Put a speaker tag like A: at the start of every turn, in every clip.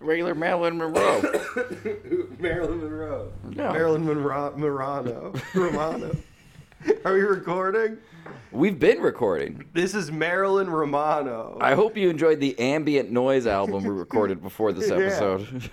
A: regular Marilyn Monroe.
B: Marilyn Monroe.
A: No.
B: Marilyn Monroe. Morano. Romano. Are we recording?
A: We've been recording.
B: This is Marilyn Romano.
A: I hope you enjoyed the ambient noise album we recorded before this
B: Yeah.
A: episode.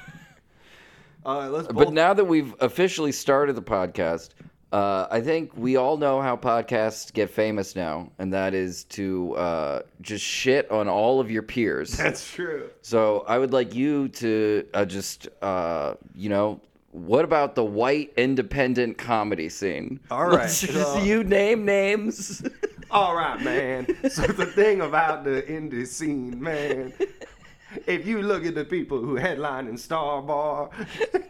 B: All right, let's both.
A: but now that we've officially started the podcast, uh, I think we all know how podcasts get famous now, and that is to uh, just shit on all of your peers.
B: That's true.
A: So I would like you to uh, just, uh, you know, what about the white independent comedy scene?
B: All
A: Let's
B: right,
A: just-
B: so- Oh.
A: you name names.
B: All right, man. So the thing about the indie scene, man. If you look at the people who headline in Star Bar,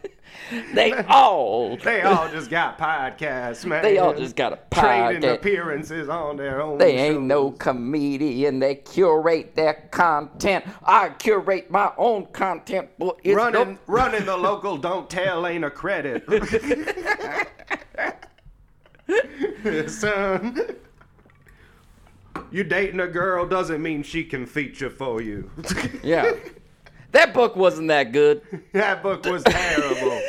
A: they all.
B: they all just got podcasts, man.
A: They all just got a
B: Trading
A: podcast.
B: appearances on their own.
A: They ain't no
B: shows.
A: comedian. They curate their content. I curate my own content. Boy, it's
B: running
A: no-
B: running the local don't tell ain't a credit. Son, you dating a girl doesn't mean she can feature for you.
A: Yeah. That book wasn't that good.
B: that book was terrible.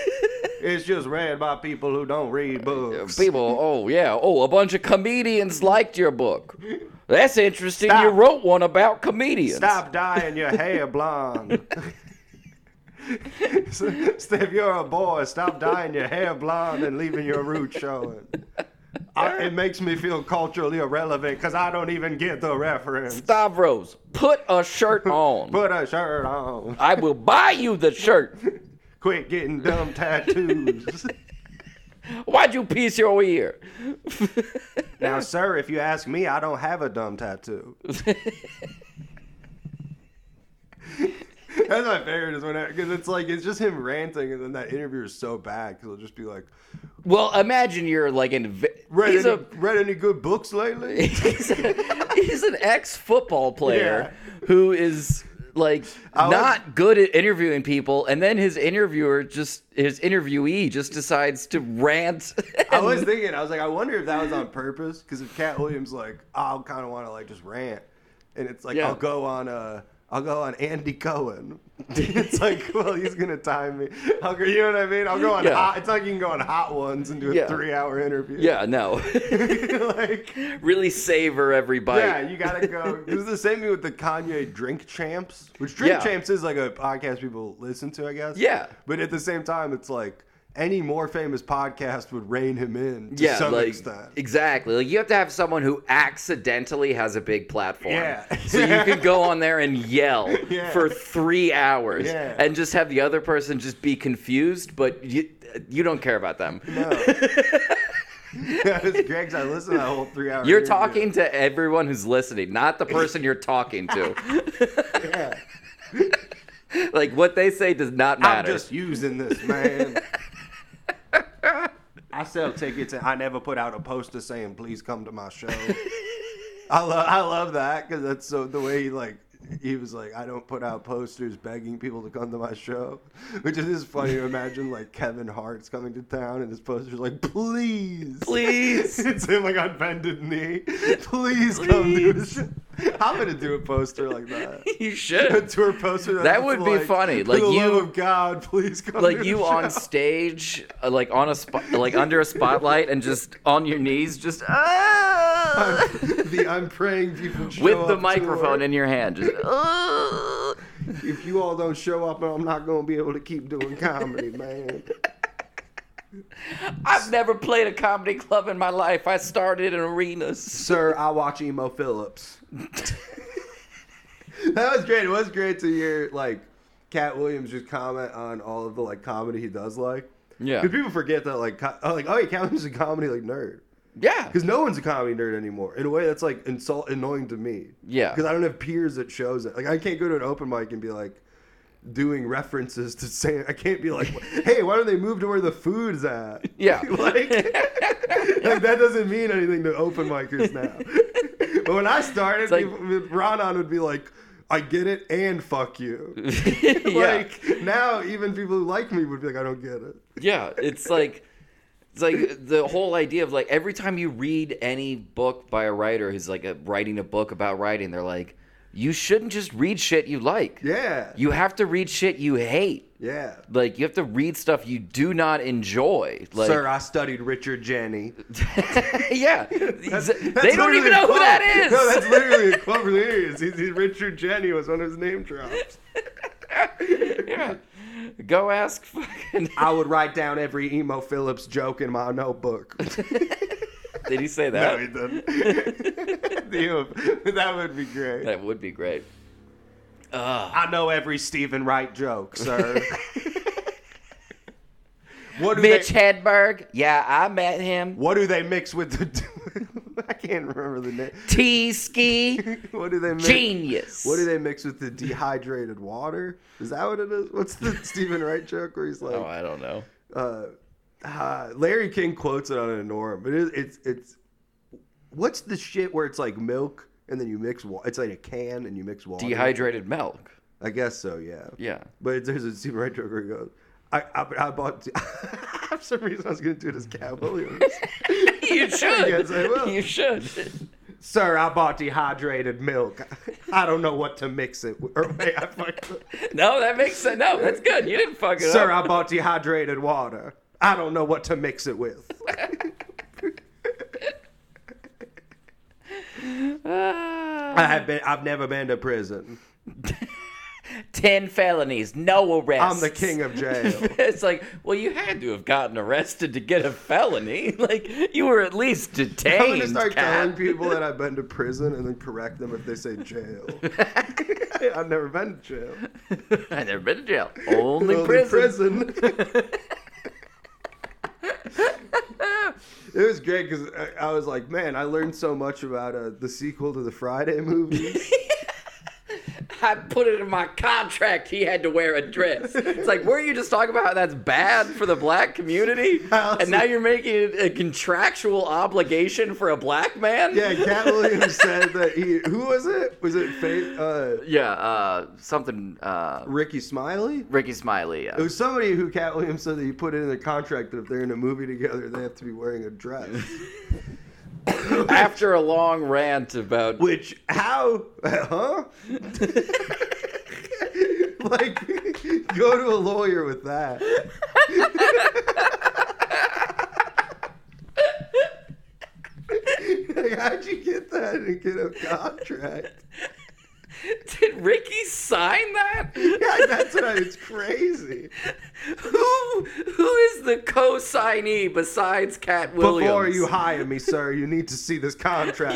B: It's just read by people who don't read books.
A: People, oh yeah, oh, a bunch of comedians liked your book. That's interesting. You
B: Stop.
A: wrote one about comedians.
B: Stop dyeing your hair blonde. So, if you're a boy, stop dyeing your hair blonde and leaving your roots showing. I, it makes me feel culturally irrelevant because I don't even get the reference.
A: Stavros, put a shirt on.
B: Put a shirt on.
A: I will buy you the shirt.
B: Quit getting dumb tattoos.
A: Why'd you piece your ear?
B: now, sir, if you ask me, I don't have a dumb tattoo. That's my favorite is when because it's like it's just him ranting and then that interview is so bad because it'll just be like,
A: well, imagine you're like in. ve-
B: read
A: he's
B: any,
A: a
B: read any good books lately?
A: he's, a- he's an ex football player who is like
B: I was-
A: not good at interviewing people, and then his interviewer just his interviewee just decides to rant.
B: I was thinking, I was like, I wonder if that was on purpose because if Cat Williams like, I'll kind of want to like just rant, and it's like
A: Yeah.
B: I'll go on uh I'll go on Andy Cohen. it's like, well, he's gonna time me. I'll go, you know what I mean? I'll go on
A: Yeah.
B: hot. It's like you can go on Hot Ones and do a
A: Yeah.
B: three-hour interview.
A: yeah, no,
B: like,
A: really savor every bite.
B: yeah, you gotta go. This is the same thing with the Kanye Drink Champs, which Drink
A: Yeah.
B: Champs is like a podcast people listen to, I guess.
A: Yeah.
B: But at the same time, it's like any more famous podcast would rein him in to some
A: like,
B: extent.
A: Exactly. Like you have to have someone who accidentally has a big platform.
B: Yeah.
A: so you can go on there and yell
B: Yeah.
A: for three hours
B: Yeah.
A: and just have the other person just be confused, but you you don't care about them.
B: Yeah, it's Greg's. I listened to that whole three hour.
A: You're
B: interview.
A: talking to everyone who's listening, not the person you're talking to.
B: Yeah.
A: like what they say does not
B: I'm
A: matter.
B: just using this, man. I sell tickets, and I never put out a poster saying "Please come to my show." I love, I love that because that's so the way he like. He was like, I don't put out posters begging people to come to my show, which is just funny to imagine. Like Kevin Hart's coming to town, and his poster's like, "Please,
A: Please.
B: it's him like on bended knee. Please, come to the show. I'm gonna do a poster like that.
A: you
B: a
A: should.
B: tour poster.
A: That
B: was
A: would be funny.
B: For
A: Like,
B: the
A: you-
B: love of God, please come. to
A: Like
B: the
A: you on
B: show."
A: stage, uh, like on a spot, like under a spotlight, and just on your knees, just ah!
B: the I'm praying people show
A: with the
B: up
A: microphone
B: tour.
A: in your hand. Just, "Ah!" "Ugh."
B: If you all don't show up, I'm not gonna be able to keep doing comedy, man.
A: I've never played a comedy club in my life. I started in arenas.
B: Sir, I watch Emo Phillips. that was great. It was great to hear like Cat Williams just comment on all of the like comedy he does like.
A: Yeah.
B: Because people forget that like co- oh, like oh yeah, Cat Williams is a comedy like nerd.
A: Yeah.
B: Because no one's a comedy nerd anymore. In a way, that's like insult annoying to me.
A: Yeah.
B: Because I don't have peers that shows it. Like I can't go to an open mic and be like doing references to saying I can't be like, hey, why don't they move to where the food's at?
A: Yeah.
B: like, like, that doesn't mean anything to open micers now. but when I started,
A: like-
B: people- Ronan would be like. I get it and fuck you.
A: yeah.
B: Like now, even people who like me would be like, I don't get it.
A: Yeah. It's like it's like the whole idea of like every time you read any book by a writer who's like a, writing a book about writing, they're like you shouldn't just read shit you like.
B: Yeah.
A: You have to read shit you hate.
B: yeah.
A: Like you have to read stuff you do not enjoy. Like
B: Sir, I studied Richard Jenny.
A: yeah. they
B: That's
A: don't
B: literally
A: even
B: a
A: know who
B: quote.
A: that is.
B: No, that's literally a quote from the 80s. He's, he's Richard Jenny was one of his name drops.
A: yeah. Go ask fucking
B: I would write down every emo Phillips joke in my notebook.
A: Did he say
B: no,
A: that?
B: he doesn't. Emo- that would be great.
A: that would be great.
B: I know every Stephen Wright joke, sir. what do
A: Mitch
B: they?
A: Hedberg. Yeah, I met him.
B: What do they mix with the? I can't remember the name.
A: T ski
B: What do they mix?
A: genius.
B: What do they mix with the dehydrated water? Is that what it is? What's the Stephen Wright joke where he's like,
A: Oh, I don't know.
B: uh, uh, Larry King quotes it on an norm, but it, it's it's what's the shit where it's like milk and then you mix water? It's like a can and you mix water.
A: Dehydrated milk.
B: I guess so. Yeah.
A: Yeah.
B: But there's a Stephen Wright joke where he goes, I, I, I bought. for some reason, I was going to do it as Cat Williams.
A: You should.
B: guess I will.
A: You should.
B: Sir, I bought dehydrated milk. I don't know what to mix it with. Or wait, I fucked up.
A: No, that makes sense. No, that's good. You didn't fuck it
B: Sir,
A: up.
B: I bought dehydrated water. I don't know what to mix it with.
A: Ah.
B: I have been, I've never been to prison.
A: Ten felonies, no arrests.
B: I'm the king of jail.
A: it's like, well, you had to have gotten arrested to get a felony. Like, you were at least detained.
B: I'm gonna start telling
A: Cat.
B: people that I've been to prison and then correct them if they say jail. I've never been to jail.
A: I've never been to jail. Only,
B: Only
A: prison.
B: prison. It was great because I, I was like, man, I learned so much about uh, the sequel to the Friday movie.
A: I put it in my contract. He had to wear a dress. It's like, were you just talking about how that's bad for the black community,
B: How else-
A: and now you're making it a contractual obligation for a black man?
B: yeah, Cat Williams said that he. Who was it? Was it Faith, uh,
A: yeah. Uh, something. Uh,
B: Ricky Smiley?
A: Ricky Smiley. uh, Yeah.
B: It was somebody who Cat Williams said that he put it in the contract that if they're in a movie together, they have to be wearing a dress.
A: After a long rant about
B: Which how? Huh? like, go to a lawyer with that. like, how'd you get that and get a contract?
A: Did Ricky sign that?
B: Yeah, that's what I. It's crazy.
A: who who is the co-signee besides Cat Williams?
B: Before you hire me, sir, you need to see this contract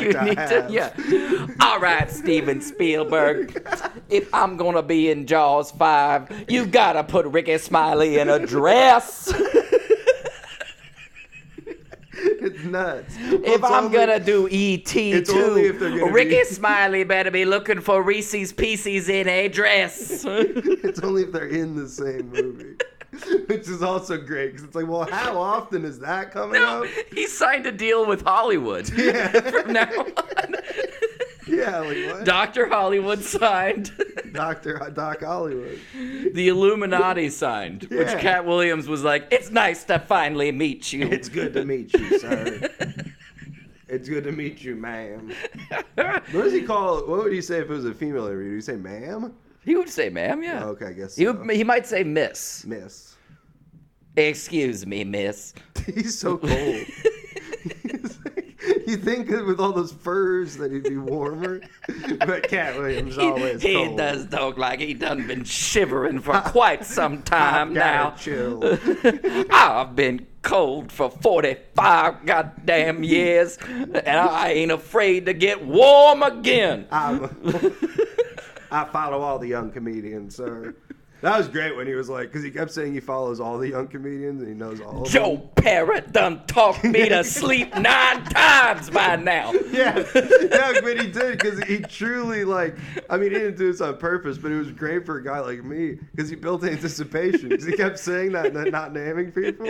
A: You
B: I
A: need to,
B: have.
A: yeah. All right, Steven Spielberg. If I'm gonna be in Jaws five, you gotta put Ricky Smiley in a dress.
B: It's nuts.
A: if
B: It's
A: I'm
B: only-
A: gonna do ET
B: It's only if they're
A: too,
B: gonna
A: Ricky
B: be-
A: Smiley better be looking for Reese's Pieces in a dress.
B: It's only if they're in the same movie, which is also great because it's like, well, how often is that coming
A: No,
B: up?
A: he signed a deal with Hollywood. From now on.
B: Yeah, like what?
A: Dr. Hollywood signed.
B: Doctor uh, Doc Hollywood.
A: The Illuminati signed, which
B: Yeah.
A: Cat Williams was like, "It's nice to finally meet you."
B: It's good to meet you, sir. it's good to meet you, ma'am. What does he call? What would he say if it was a female interview? Would he say, ma'am?
A: he would say, "Ma'am, yeah."
B: Okay, I guess.
A: He
B: So.
A: would, he might say, "Miss."
B: Miss.
A: Excuse me, Miss.
B: He's so cold. He's like- you think that with all those furs that he'd be warmer, but Cat Williams always
A: he
B: cold.
A: does look like he done been shivering for quite some time
B: I've
A: now.
B: got a chill.
A: I've been cold for 45 goddamn years, and I ain't afraid to get warm again.
B: I'm, I follow all the young comedians, sir. That was great when he was like, because he kept saying he follows all the young comedians and he knows all of them.
A: Joe Parrot done talked me to sleep nine times by now.
B: Yeah, yeah, but he did because he truly like. I mean, he didn't do this on purpose, but it was great for a guy like me because he built anticipation. 'Cause he kept saying that and then not naming people.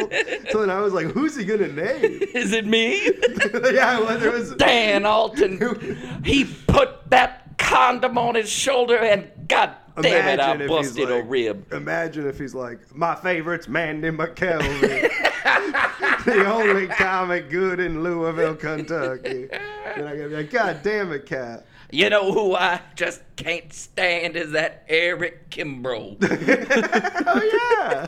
B: So then I was like, who's he gonna name?
A: Is it me?
B: yeah, well, there was.
A: Dan Alton, he put that condom on his shoulder and god damn it, I
B: Imagine if he's
A: busted a
B: like-
A: rib.
B: Imagine if he's like, my favorite's Mandy McKelvey, the only comic good in Louisville, Kentucky. And I gotta be like, God damn it, Cat.
A: You know who I just can't stand is that Eric Kimbrough.
B: oh yeah.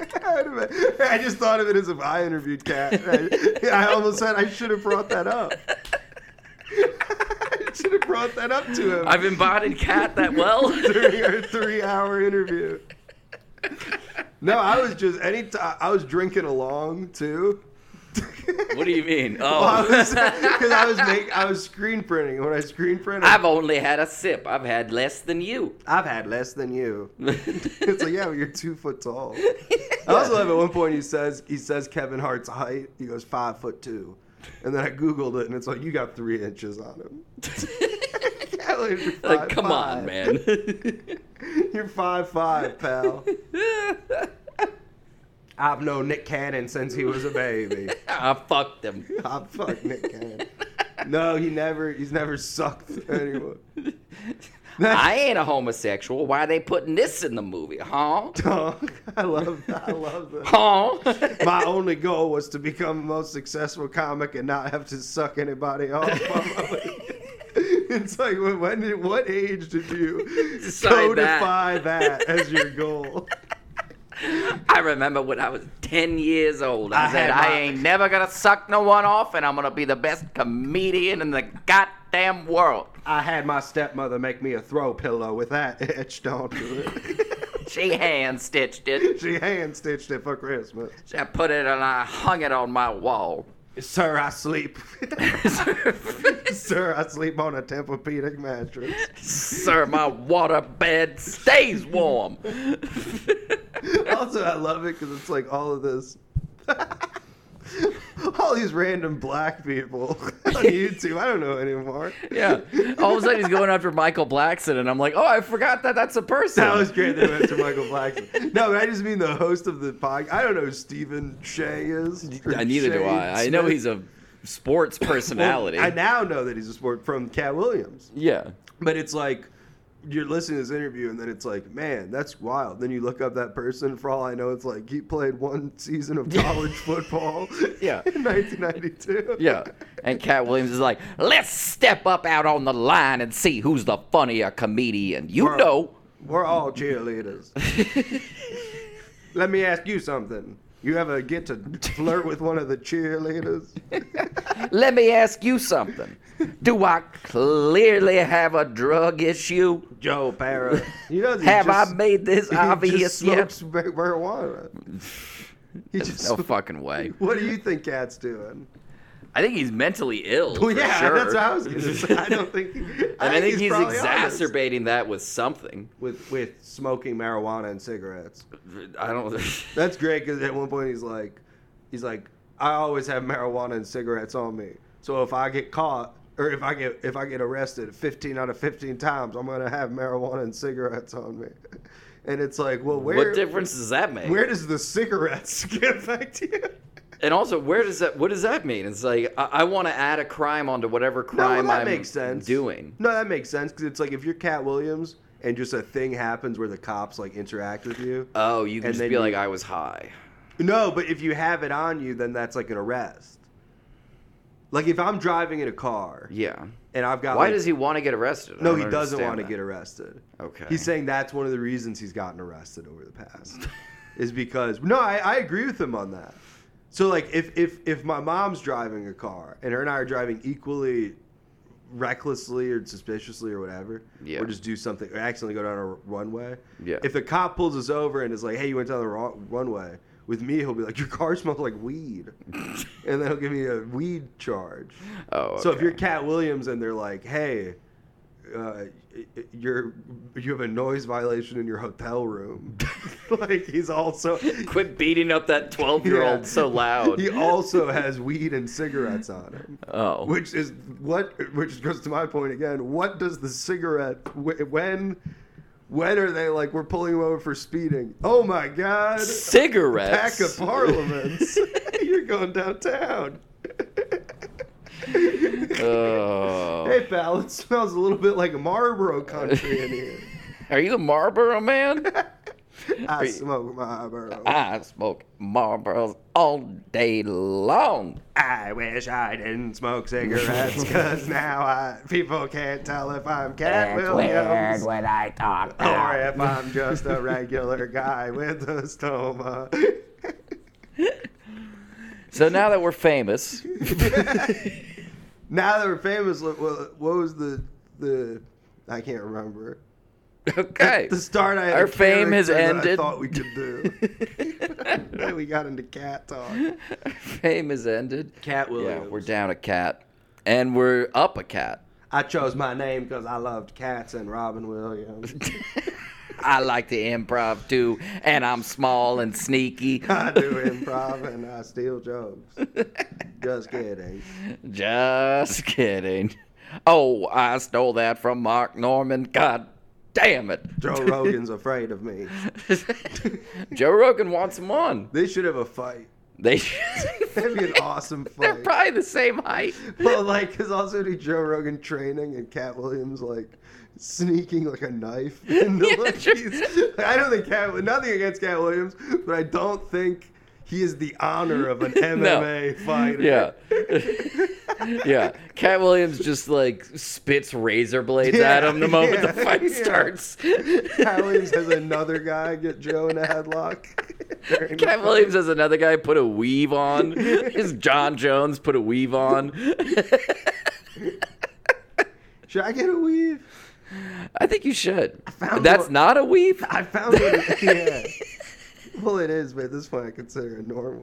B: I just thought of it as if I interviewed Kat. I, I almost said I should have brought that up. I should have brought that up to him
A: I've embodied Cat that well.
B: during our three-hour interview. No, I was just any t- I was drinking along too.
A: what do you mean?
B: Because
A: Oh,
B: I was make, I was screen printing. When I screen printed,
A: I've only had a sip. I've had less than you.
B: I've had less than you. It's like, yeah, well, you're two foot tall. I also love at one point he says he says Kevin Hart's height. He goes five foot two, and then I googled it and it's like you got three inches on him. Yeah, like, you're
A: like,
B: five
A: come on,
B: five.
A: man.
B: You're five five, pal. I've known Nick Cannon since he was a baby.
A: I fucked him.
B: I fuck Nick Cannon. No, he never. He's never sucked anyone.
A: I ain't a homosexual. Why they putting this in the movie, huh?
B: Oh, I love. That. I love that.
A: Huh?
B: My only goal was to become the most successful comic and not have to suck anybody off. it's like when when did, what age did you
A: Decide that.
B: codify that. as your goal?
A: I remember when I was 10 years old. I,
B: I
A: said,
B: had my-
A: I ain't never gonna suck no one off, and I'm gonna be the best comedian in the goddamn world.
B: I had my stepmother make me a throw pillow with that etched onto it.
A: She hand stitched it.
B: she hand stitched it for Christmas.
A: She put it and I hung it on my wall.
B: Sir, I sleep. Sir, I sleep on a Tempur-Pedic mattress.
A: Sir, my water bed stays warm.
B: also, I love it because it's like all of this, all these random black people on YouTube. I don't know anymore.
A: yeah. All of a sudden he's going after Michael Blackson, and I'm like, oh, I forgot that that's a person.
B: That was great. They went to Michael Blackson. No, but I just mean the host of the podcast. I don't know who Stephen Shea is. or
A: I, neither do
B: Shay
A: I. I know
B: Smith.
A: he's a sports
B: Well,
A: personality.
B: I now know that he's a sport from Cat Williams.
A: yeah.
B: But it's like you're listening to this interview, and then it's like, man, that's wild. Then you look up that person. For all I know, it's like he played one season of college football.
A: Yeah.
B: in 1992.
A: Yeah. And Cat Williams is like, let's step up out on the line and see who's the funnier comedian. You
B: We're-
A: know.
B: we're all cheerleaders. Let me ask you something. You ever get to flirt with one of the cheerleaders?
A: Let me ask you something. Do I clearly have a drug issue?
B: Joe Para. He doesn't. he
A: Have I
B: just-
A: made this
B: he
A: obvious
B: just
A: yet?
B: smokes ma- marijuana. He just.
A: No fucking way.
B: what do you think Cat's doing?
A: I think he's mentally ill.
B: Well,
A: for
B: yeah,
A: sure.
B: that's what I was gonna say. I don't think.
A: and I think he's,
B: probably honest.
A: exacerbating that with something.
B: with with smoking marijuana and cigarettes.
A: I don't.
B: That's great because at one point he's like, he's like, I always have marijuana and cigarettes on me. So if I get caught or if I get if I get arrested 15 out of 15 times, I'm gonna have marijuana and cigarettes on me. And it's like, well, where
A: what difference does that make?
B: where does the cigarettes get affect you?
A: and also, where does that? What does that mean? It's like I, I want to add a crime onto whatever
B: No, well,
A: crime
B: that
A: I'm
B: makes sense.
A: doing.
B: No, that makes sense because it's like if you're Cat Williams and just a thing happens where the cops like interact with you.
A: Oh, you can
B: And
A: just
B: then
A: be
B: you-
A: like, I was high.
B: No, but if you have it on you, then that's like an arrest. Like if I'm driving in a car
A: Yeah.
B: and I've got
A: Why
B: like-
A: does he want to get arrested? I
B: no,
A: don't
B: he doesn't
A: understand
B: want to
A: that.
B: get arrested.
A: Okay.
B: He's saying that's one of the reasons he's gotten arrested over the past is because no, I, I agree with him on that. So like if if if my mom's driving a car and her and I are driving equally recklessly or suspiciously or whatever,
A: Yeah.
B: or just do something or accidentally go down a r- runway.
A: Yeah.
B: If the cop pulls us over and is like, "Hey, you went down the wrong runway," with me, he'll be like, "Your car smells like weed," and then he'll give me a weed charge.
A: Oh,
B: So if
A: okay.
B: you're Cat Williams and they're like, "Hey, uh, y- y- you're you have a noise violation in your hotel room," like he's also
A: quit beating up that twelve-year-old
B: Yeah.
A: so loud.
B: he also has weed and cigarettes on him,
A: oh,
B: which is what which goes to my point again. What does the cigarette wh- when? When are they like we're pulling him over for speeding? Oh my god!
A: cigarettes.
B: Pack of parliaments! You're going downtown.
A: Oh.
B: Hey, pal, it smells a little bit like Marlboro country in here.
A: Are you a Marlboro man?
B: I smoke my bro.
A: I smoke Marlboros all day long.
B: I wish I didn't smoke cigarettes because now I, people can't tell if I'm Cat Williams
A: when I talk.
B: or if I'm just a regular guy with a stoma.
A: So now that we're famous,
B: now that we're famous, what, what what was the the? I can't remember.
A: okay.
B: The start I had
A: Our
B: a
A: fame has
B: character that
A: ended.
B: I thought we could do. Then we got into cat talk.
A: Fame is ended.
B: Cat
A: Yeah, we're down a cat, and we're up a cat.
B: I chose my name because I loved cats and Robin Williams.
A: I like to improv too, and I'm small and sneaky.
B: I do improv and I steal jokes. Just kidding.
A: Just kidding. Oh, I stole that from Mark Norman. God damn it.
B: Joe Rogan's afraid of me.
A: Joe Rogan wants him on.
B: They should have a fight.
A: They
B: That'd be an awesome
A: They're
B: fight.
A: probably the same height.
B: But like, because also do Joe Rogan training and Cat Williams like sneaking like a knife into
A: Yeah,
B: like,
A: sure.
B: these- I don't think Cat. Nothing against Cat Williams, but I don't think he is the honor of an MMA fighter.
A: Yeah. yeah. Cat Williams just like spits razor blades
B: Yeah,
A: at him the moment the
B: yeah,
A: fight
B: yeah.
A: starts.
B: Cat Williams has another guy get Joe in a headlock. during the
A: Cat
B: fight.
A: Williams has another guy put a weave on. His John Jones put a weave on.
B: Should I get a weave?
A: I think you should.
B: found
A: That's
B: one-
A: not a weave.
B: I found it. Yeah. well, it is, but at this point, I consider it normal.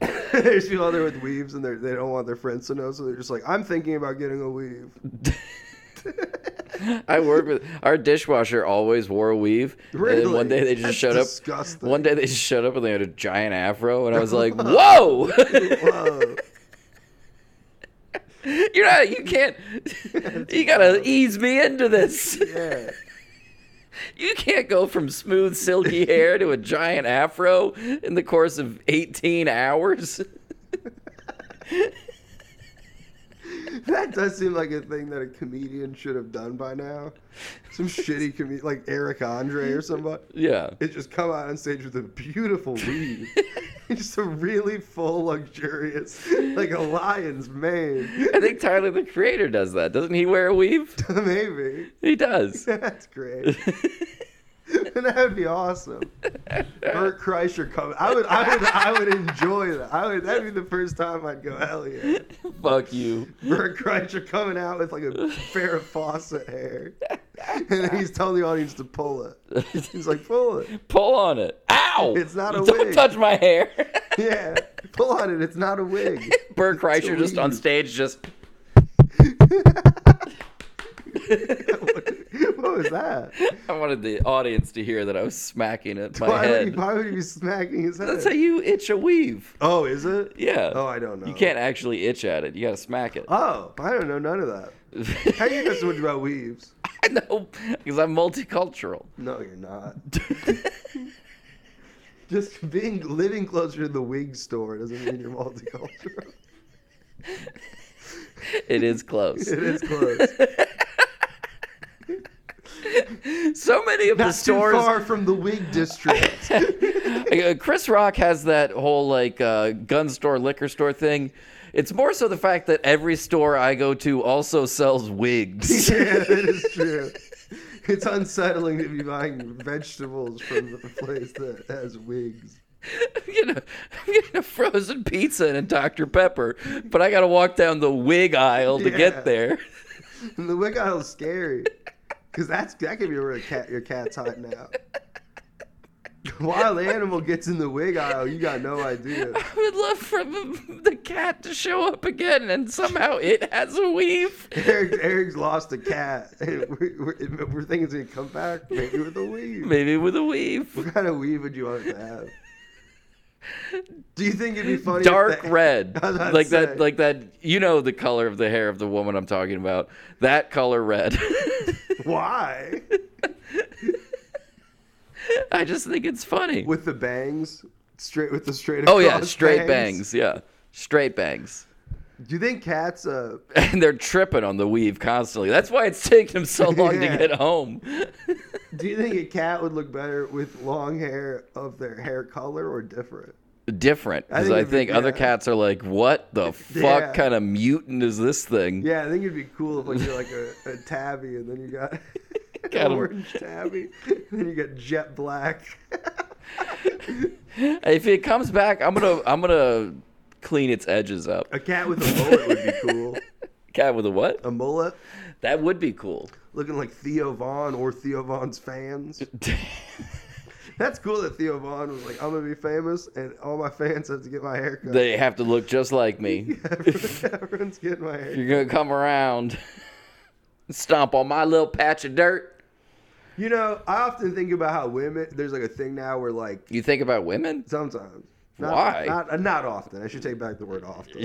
B: There's people out there with weaves, and they're- they don't want their friends to know, so they're just like, "I'm thinking about getting a weave."
A: I work with our dishwasher always wore a weave. And then
B: Really?
A: one day they just
B: That's
A: showed up.
B: disgusting.
A: One day they just showed up and they had a giant afro, and I was like, "Whoa,
B: Whoa!
A: you're not, you can't, you gotta ease me into this.
B: Yeah.
A: You can't go from smooth silky hair to a giant afro in the course of 18 hours."
B: That does seem like a thing that a comedian should have done by now. Some shitty comedian, like Eric Andre or somebody.
A: Yeah,
B: It just come out on stage with a beautiful weave. just a really full, luxurious, like a lion's mane.
A: I think Tyler the Creator does that, doesn't he? Wear a weave?
B: Maybe.
A: He does.
B: That's great. that would be awesome. Bert Kreischer coming. I would, I would, I would enjoy that. I would. That'd be the first time I'd go, hell yeah.
A: Fuck you.
B: Bert Kreischer coming out with like a Farrah Fawcett hair, and then he's telling the audience to pull it. He's like, pull it.
A: Pull on it. Ow!
B: It's not a
A: Don't
B: wig.
A: touch my hair.
B: Yeah, pull on it. It's not a wig.
A: Bert Kreischer just on
B: weave.
A: stage, just
B: what, what was that?
A: I wanted the audience to hear that I was smacking at my
B: Why would, he,
A: head.
B: why would he be smacking his head?
A: That's how you itch a weave.
B: oh, is it?
A: Yeah.
B: Oh, I don't know.
A: You can't actually itch at it. You gotta smack it.
B: Oh, I don't know none of that. How do you know so much about weaves?
A: I know, because I'm multicultural.
B: No, you're not. Just being living closer to the wig store doesn't mean you're multicultural.
A: It is close.
B: it is close.
A: so many of the
B: Not too
A: stores.
B: far from the wig district.
A: Uh, Chris Rock has that whole like uh, gun store, liquor store thing. It's more so the fact that every store I go to also sells wigs.
B: yeah, that is true. It's unsettling to be buying vegetables from the place that has wigs.
A: I'm getting, a, I'm getting a frozen pizza and a Dr. Pepper, but I got to walk down the wig aisle to
B: Yeah.
A: get there.
B: And the wig aisle's scary. Cause that's that could be where a cat your cat's hot now. Wild animal gets in the wig aisle, you got no idea.
A: I would love for the, the cat to show up again and somehow it has a weave.
B: Eric, Eric's lost a cat. And we're, we're, we're thinking it's gonna come back, maybe with a weave.
A: Maybe with a weave.
B: What kind of weave would you want it to have? Do you think it'd be funny? if
A: Dark
B: they-
A: red.
B: I was about to
A: Like that,
B: say.
A: like that, you know, the color of the hair of the woman I'm talking about. That color red.
B: Why?
A: I just think it's funny.
B: With the bangs, straight with the straight.
A: Oh, yeah,
B: across
A: straight bangs. Yeah, straight bangs.
B: Do you think cats? Uh,
A: And they're tripping on the weave constantly. That's why it's taking them so long
B: Yeah.
A: to get home.
B: Do you think a cat would look better with long hair of their hair color or different?
A: Different
B: I
A: because
B: think
A: I
B: it'd be-
A: think other
B: yeah.
A: cats are like, what the fuck
B: Yeah.
A: kind of mutant is this thing?
B: Yeah, I think it'd be cool if like you're like a, a tabby and then you got
A: Got 'em.
B: an orange tabby, and then you got jet black.
A: If it comes back, I'm gonna I'm gonna clean its edges up.
B: a cat with a mullet would be cool.
A: Cat with a what?
B: A mullet
A: That would be cool.
B: looking like Theo Vaughn or Theo Vaughn's fans. That's cool that Theo Vaughn was like, I'm gonna be famous, and all my fans have to get my hair cut.
A: they have to look just like me.
B: Everyone's getting my hair.
A: You're gonna come around, and stomp on my little patch of dirt.
B: You know, I often think about how women. There's like a thing now where like
A: You think about women?
B: sometimes. Not,
A: Why?
B: Not, uh, not often. I should take back the word often.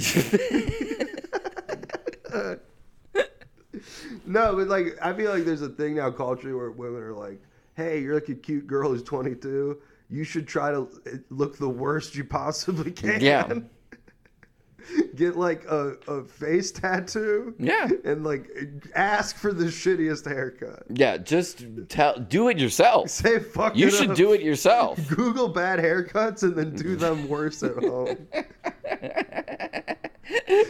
B: No, but like I feel like there's a thing now culturally where women are like, "Hey, you're like a cute girl who's 22. You should try to eh, look the worst you possibly can.
A: Yeah.
B: Get like a, a face tattoo.
A: Yeah.
B: and like ask for the shittiest haircut.
A: yeah, just tell, do it yourself.
B: Say fuck.
A: You
B: it
A: should
B: up.
A: do it yourself.
B: Google bad haircuts and then do them worse at home.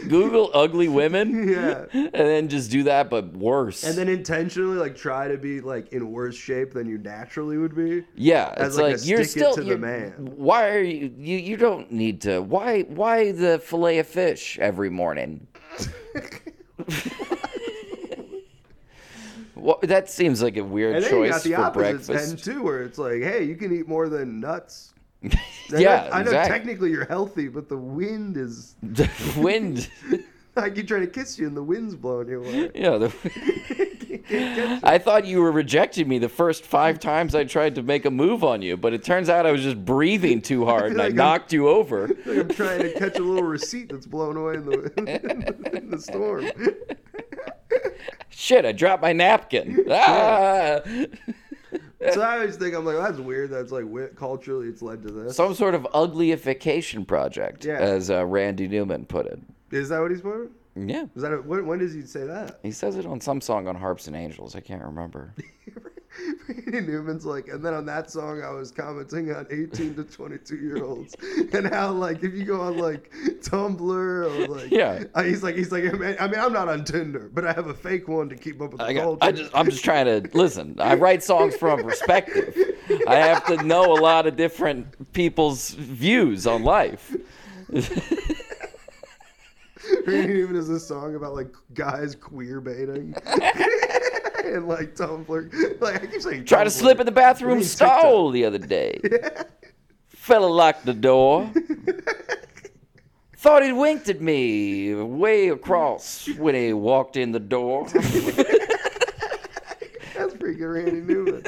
A: Google ugly women,
B: Yeah.
A: and then just do that, but worse.
B: And then intentionally like try to be like in worse shape than you naturally would be.
A: yeah,
B: as
A: it's
B: like
A: like,
B: a
A: you're
B: stick it
A: still
B: to the
A: you're-
B: man.
A: Why are you, you? You don't need to. Why? Why the fillet of fish every morning? well, that seems like a weird
B: And then you got
A: choice
B: the
A: for
B: opposite end
A: breakfast.
B: too, where it's like, hey, you can eat more than nuts. I
A: yeah,
B: know, I know
A: exactly.
B: technically you're healthy, but the wind is
A: Wind.
B: I keep trying to kiss you, and the wind's blowing you away.
A: Yeah. The... I thought you were rejecting me the first five times I tried to make a move on you, but it turns out I was just breathing too hard and
B: like
A: I
B: I'm-
A: knocked you over.
B: Like I'm trying to catch a little receipt that's blown away in the, in the storm.
A: Shit, I dropped my napkin. Ah!
B: So I always think I'm like, that's weird. That's like wi- culturally, it's led to this.
A: Some sort of uglyification project,
B: Yeah.
A: as uh, Randy Newman put it.
B: Is that what he's put?
A: Yeah.
B: Is that a, when, when does he say that?
A: He says it on some song on Harps and Angels. I can't remember.
B: Randy Newman's like, and then on that song, I was commenting on 18 to 22 year olds and how like if you go on like Tumblr or like
A: Yeah.
B: uh, he's like he's like I mean, I mean I'm not on Tinder, but I have a fake one to keep up with the
A: I got,
B: culture.
A: I just, I'm just trying to listen. I write songs from a perspective. I have to know a lot of different people's views on life.
B: Randy Newman is a song about like guys queer baiting. And like Tumblr, like I keep saying,
A: Tried to slip in the bathroom
B: What do you think
A: stall the other day. Fella locked the door. Thought he winked at me way across when he walked in the door.
B: That's pretty good, Randy Newman.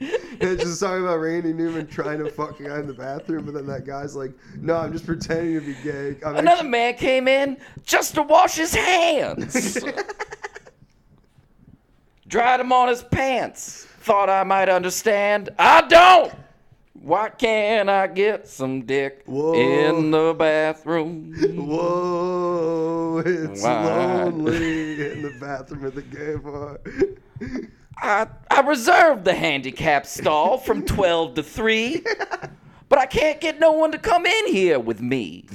B: it's just talking about Randy Newman trying to fuck a guy in the bathroom, but then that guy's like, "No, I'm just pretending to be gay." I'm
A: Another man came in just to wash his hands. Dried him on his pants. Thought I might understand. I don't. Why can't I get some dick
B: Whoa.
A: in the bathroom?
B: Whoa, it's
A: Why?
B: lonely in the bathroom at the gay bar.
A: I, I reserved the handicap stall from 12 to 3, but I can't get no one to come in here with me.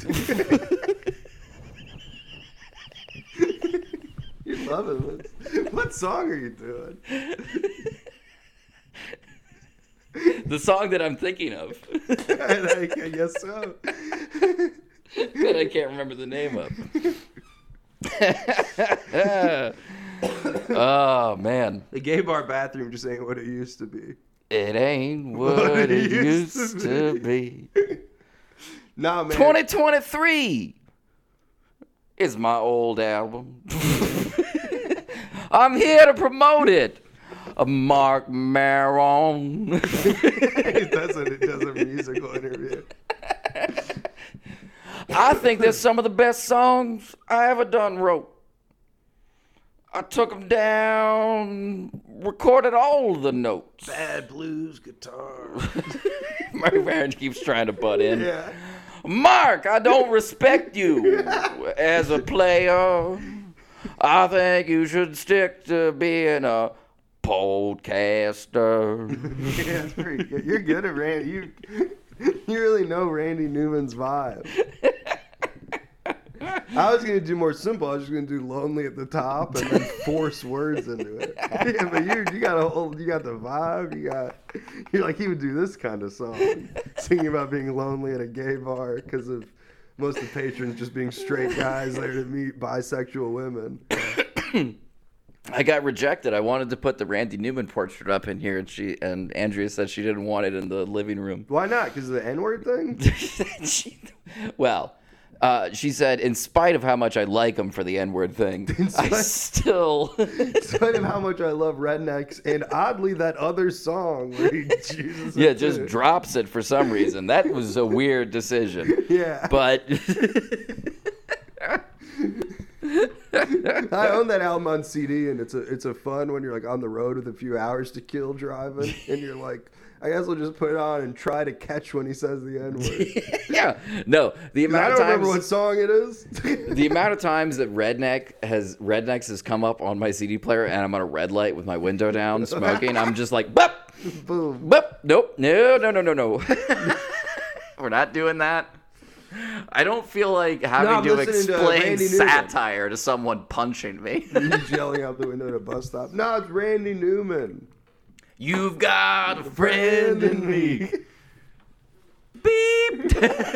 B: You're loving this. What song are you doing?
A: The song that I'm thinking of,
B: I, I guess so.
A: that I can't remember the name of. Ah, oh, man.
B: The gay bar bathroom just ain't what it used to be.
A: It ain't what it, used, to be.
B: Nah, man.
A: 2023 is my old album. I'm here to promote it. Uh, Mark Maron.
B: it doesn't. It does a musical interview.
A: I think they're some of the best songs I ever done wrote. I took them down, recorded all the notes.
B: Bad blues guitar.
A: My parents keeps trying to butt in.
B: Yeah.
A: Mark, I don't respect you as a player. I think you should stick to being a podcaster.
B: yeah, it's pretty good. You're good at Randy. You you really know Randy Newman's vibe. I was gonna do more simple. I was just gonna do lonely at the top and then force words into it. Yeah, but you you got a whole you got the vibe. You got you're like he would do this kind of song, singing about being lonely at a gay bar because of most of the patrons just being straight guys there to meet bisexual women.
A: I got rejected. I wanted to put the Randy Newman portrait up in here, and she and Andrea said she didn't want it in the living room.
B: Why not? Because of the N word thing.
A: She- well, uh, she said, in spite of how much I like him for the N word thing, I
B: spite-
A: still.
B: spite of how much I love rednecks, and oddly that other song where he chooses.
A: yeah,
B: it
A: just
B: too.
A: drops it for some reason. That was a weird decision.
B: yeah.
A: But
B: I own that album on CD, and it's a it's a fun when you're like on the road with a few hours to kill driving, and you're like, I guess I'll just put it on and try to catch when he says the N word.
A: yeah, no, the
B: I
A: amount
B: don't
A: of
B: remember
A: times
B: what song it is.
A: the amount of times that redneck has rednecks has come up on my CD player, and I'm on a red light with my window down, smoking. I'm just like, bup,
B: Boom.
A: bup, nope, no, no, no, no, no. We're not doing that. I don't feel like
B: No, I'm
A: having to
B: listening to
A: explain
B: Randy Newman.
A: satire to someone punching me.
B: He's yelling out the window at a bus stop. No, it's Randy Newman.
A: You've got a friend in me. Beep.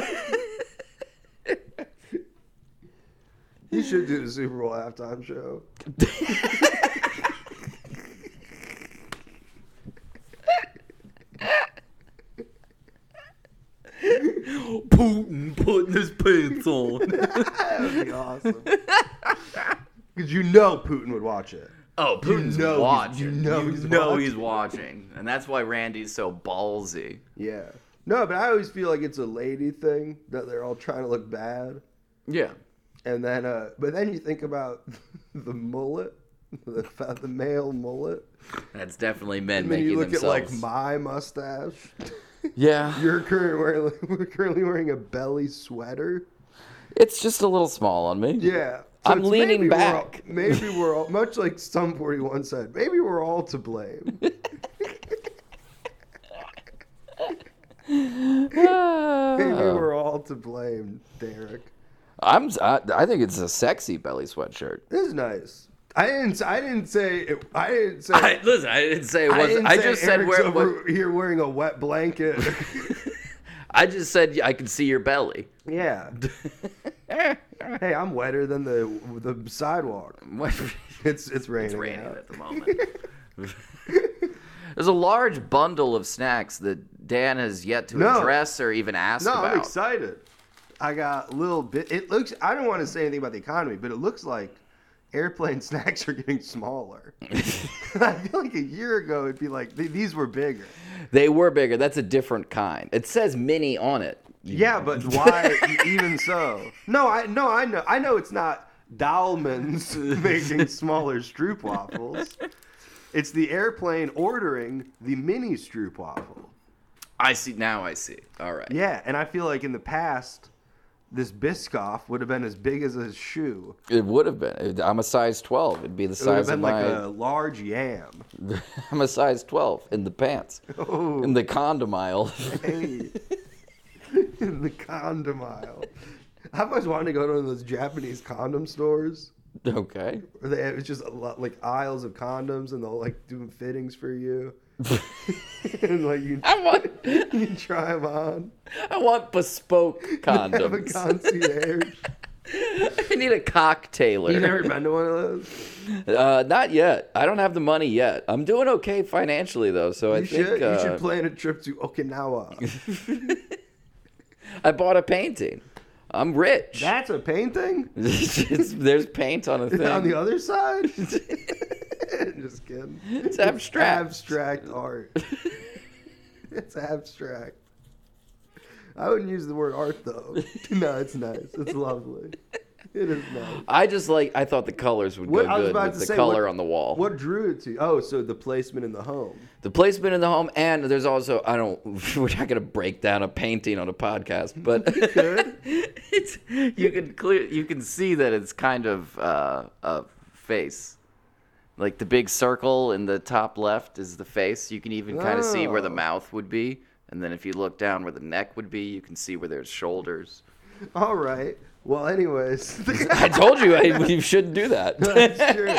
B: You should do the Super Bowl halftime show.
A: Putin putting his pants on.
B: That would be awesome. Because you know Putin would watch it.
A: Oh, Putin's
B: know he's-
A: watching.
B: you know
A: You
B: he's
A: know he's watching, and that's why Randy's so ballsy.
B: Yeah. No, but I always feel like it's a lady thing that they're all trying to look bad.
A: Yeah.
B: And then, uh, but then you think about the mullet, the, the male mullet.
A: That's definitely men
B: And then you
A: making
B: look
A: themselves.
B: at like my mustache.
A: yeah,
B: You're currently wearing, we're currently wearing a belly sweater.
A: it's just a little small on me.
B: Yeah.
A: I'm
B: it's
A: leaning
B: maybe we're all-
A: back.
B: maybe we're all, much like some 41 said, maybe we're all to blame.
A: Ah.
B: Maybe
A: Oh.
B: we're all to blame, Derek.
A: I'm. I, I think it's a sexy belly sweatshirt.
B: This is nice. I didn't. I didn't say. It, I didn't say.
A: I, listen, I didn't say it was. I,
B: didn't say
A: just said
B: Eric's
A: where.
B: over
A: what-
B: here wearing a wet blanket.
A: I just said I can see your belly.
B: yeah. hey, I'm wetter than the the sidewalk.
A: it's
B: It's it's raining.
A: raining
B: out.
A: at the moment. There's a large bundle of snacks that Dan has yet to
B: No.
A: address or even ask
B: No,
A: about.
B: I'm excited. I got a little bit. It looks. I don't want to say anything about the economy, but it looks like airplane snacks are getting smaller. I feel like a year ago it'd be like th- these were bigger.
A: They were bigger. That's a different kind. It says mini on it.
B: Yeah, but why e- even so? No, I no, I know, I know it's not Dahlman's making smaller stroopwafels. It's the airplane ordering the mini stroopwafel.
A: I see. Now I see. All right.
B: Yeah, and I feel like in the past, this Biscoff would have been as big as a shoe.
A: It would have been. I'm a size 12. It'd be the
B: It would have
A: size of
B: been like
A: my.
B: a large yam.
A: I'm a size 12 in the pants,
B: Oh,
A: in the condom aisle.
B: hey. in the condom aisle. I've always wanted to go to one of those Japanese condom stores.
A: okay.
B: Or they it's just a lot like aisles of condoms, and they'll like do fittings for you, and like you,
A: I want.
B: you try them on.
A: I want bespoke
B: Have a
A: condoms.
B: concierge.
A: I need a cocktailer.
B: you never been to one of those?
A: Uh, not yet. I don't have the money yet. I'm doing okay financially though, so I
B: You
A: think
B: should. you
A: uh,
B: should plan a trip to Okinawa.
A: I bought a painting. I'm rich.
B: That's a painting
A: It's- there's paint on a thing.
B: on the other side. just kidding. It's
A: abstract.
B: Abstract art. it's abstract. I wouldn't use the word art though. No, it's nice. It's lovely. It is nice.
A: I just like. I thought the colors would
B: What-
A: go
B: I was
A: good
B: about
A: with
B: to
A: the
B: say,
A: color
B: what-
A: on the wall.
B: What drew it to you? Oh, so the placement in the home.
A: The placement in the home, and there's also I don't. We're not going to break down a painting on a podcast, but it's you can clear you can see that it's kind of uh, a face. Like the big circle in the top left is the face. You can even kind of see where the
B: Oh.
A: mouth would be. And then if you look down where the neck would be, you can see where there's shoulders.
B: All right. Well, anyways,
A: I told you I, you shouldn't do that.
B: that's true.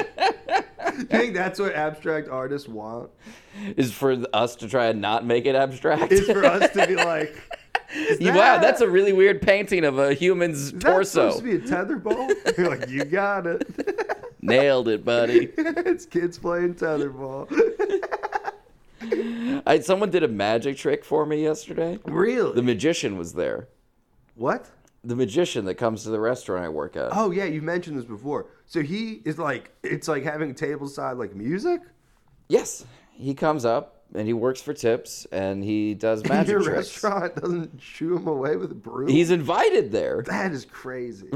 B: You think that's what abstract artists want?
A: is for us to try and not make it abstract.
B: Is for us to be like, is
A: You- wow,
B: that-
A: that's a really weird painting of a human's
B: is that
A: torso.
B: supposed to be a tetherball? You're like, you got it.
A: Nailed it, buddy.
B: it's kids playing tetherball.
A: I, someone did a magic trick for me yesterday.
B: really?
A: The magician was there.
B: what?
A: The magician that comes to the restaurant I work at.
B: Oh yeah, you mentioned this before. So he is like, it's like having tableside like music.
A: Yes, he comes up and he works for tips and he does
B: And
A: magic
B: Your
A: tricks.
B: restaurant doesn't shoo him away with a broom.
A: He's invited there.
B: that is crazy.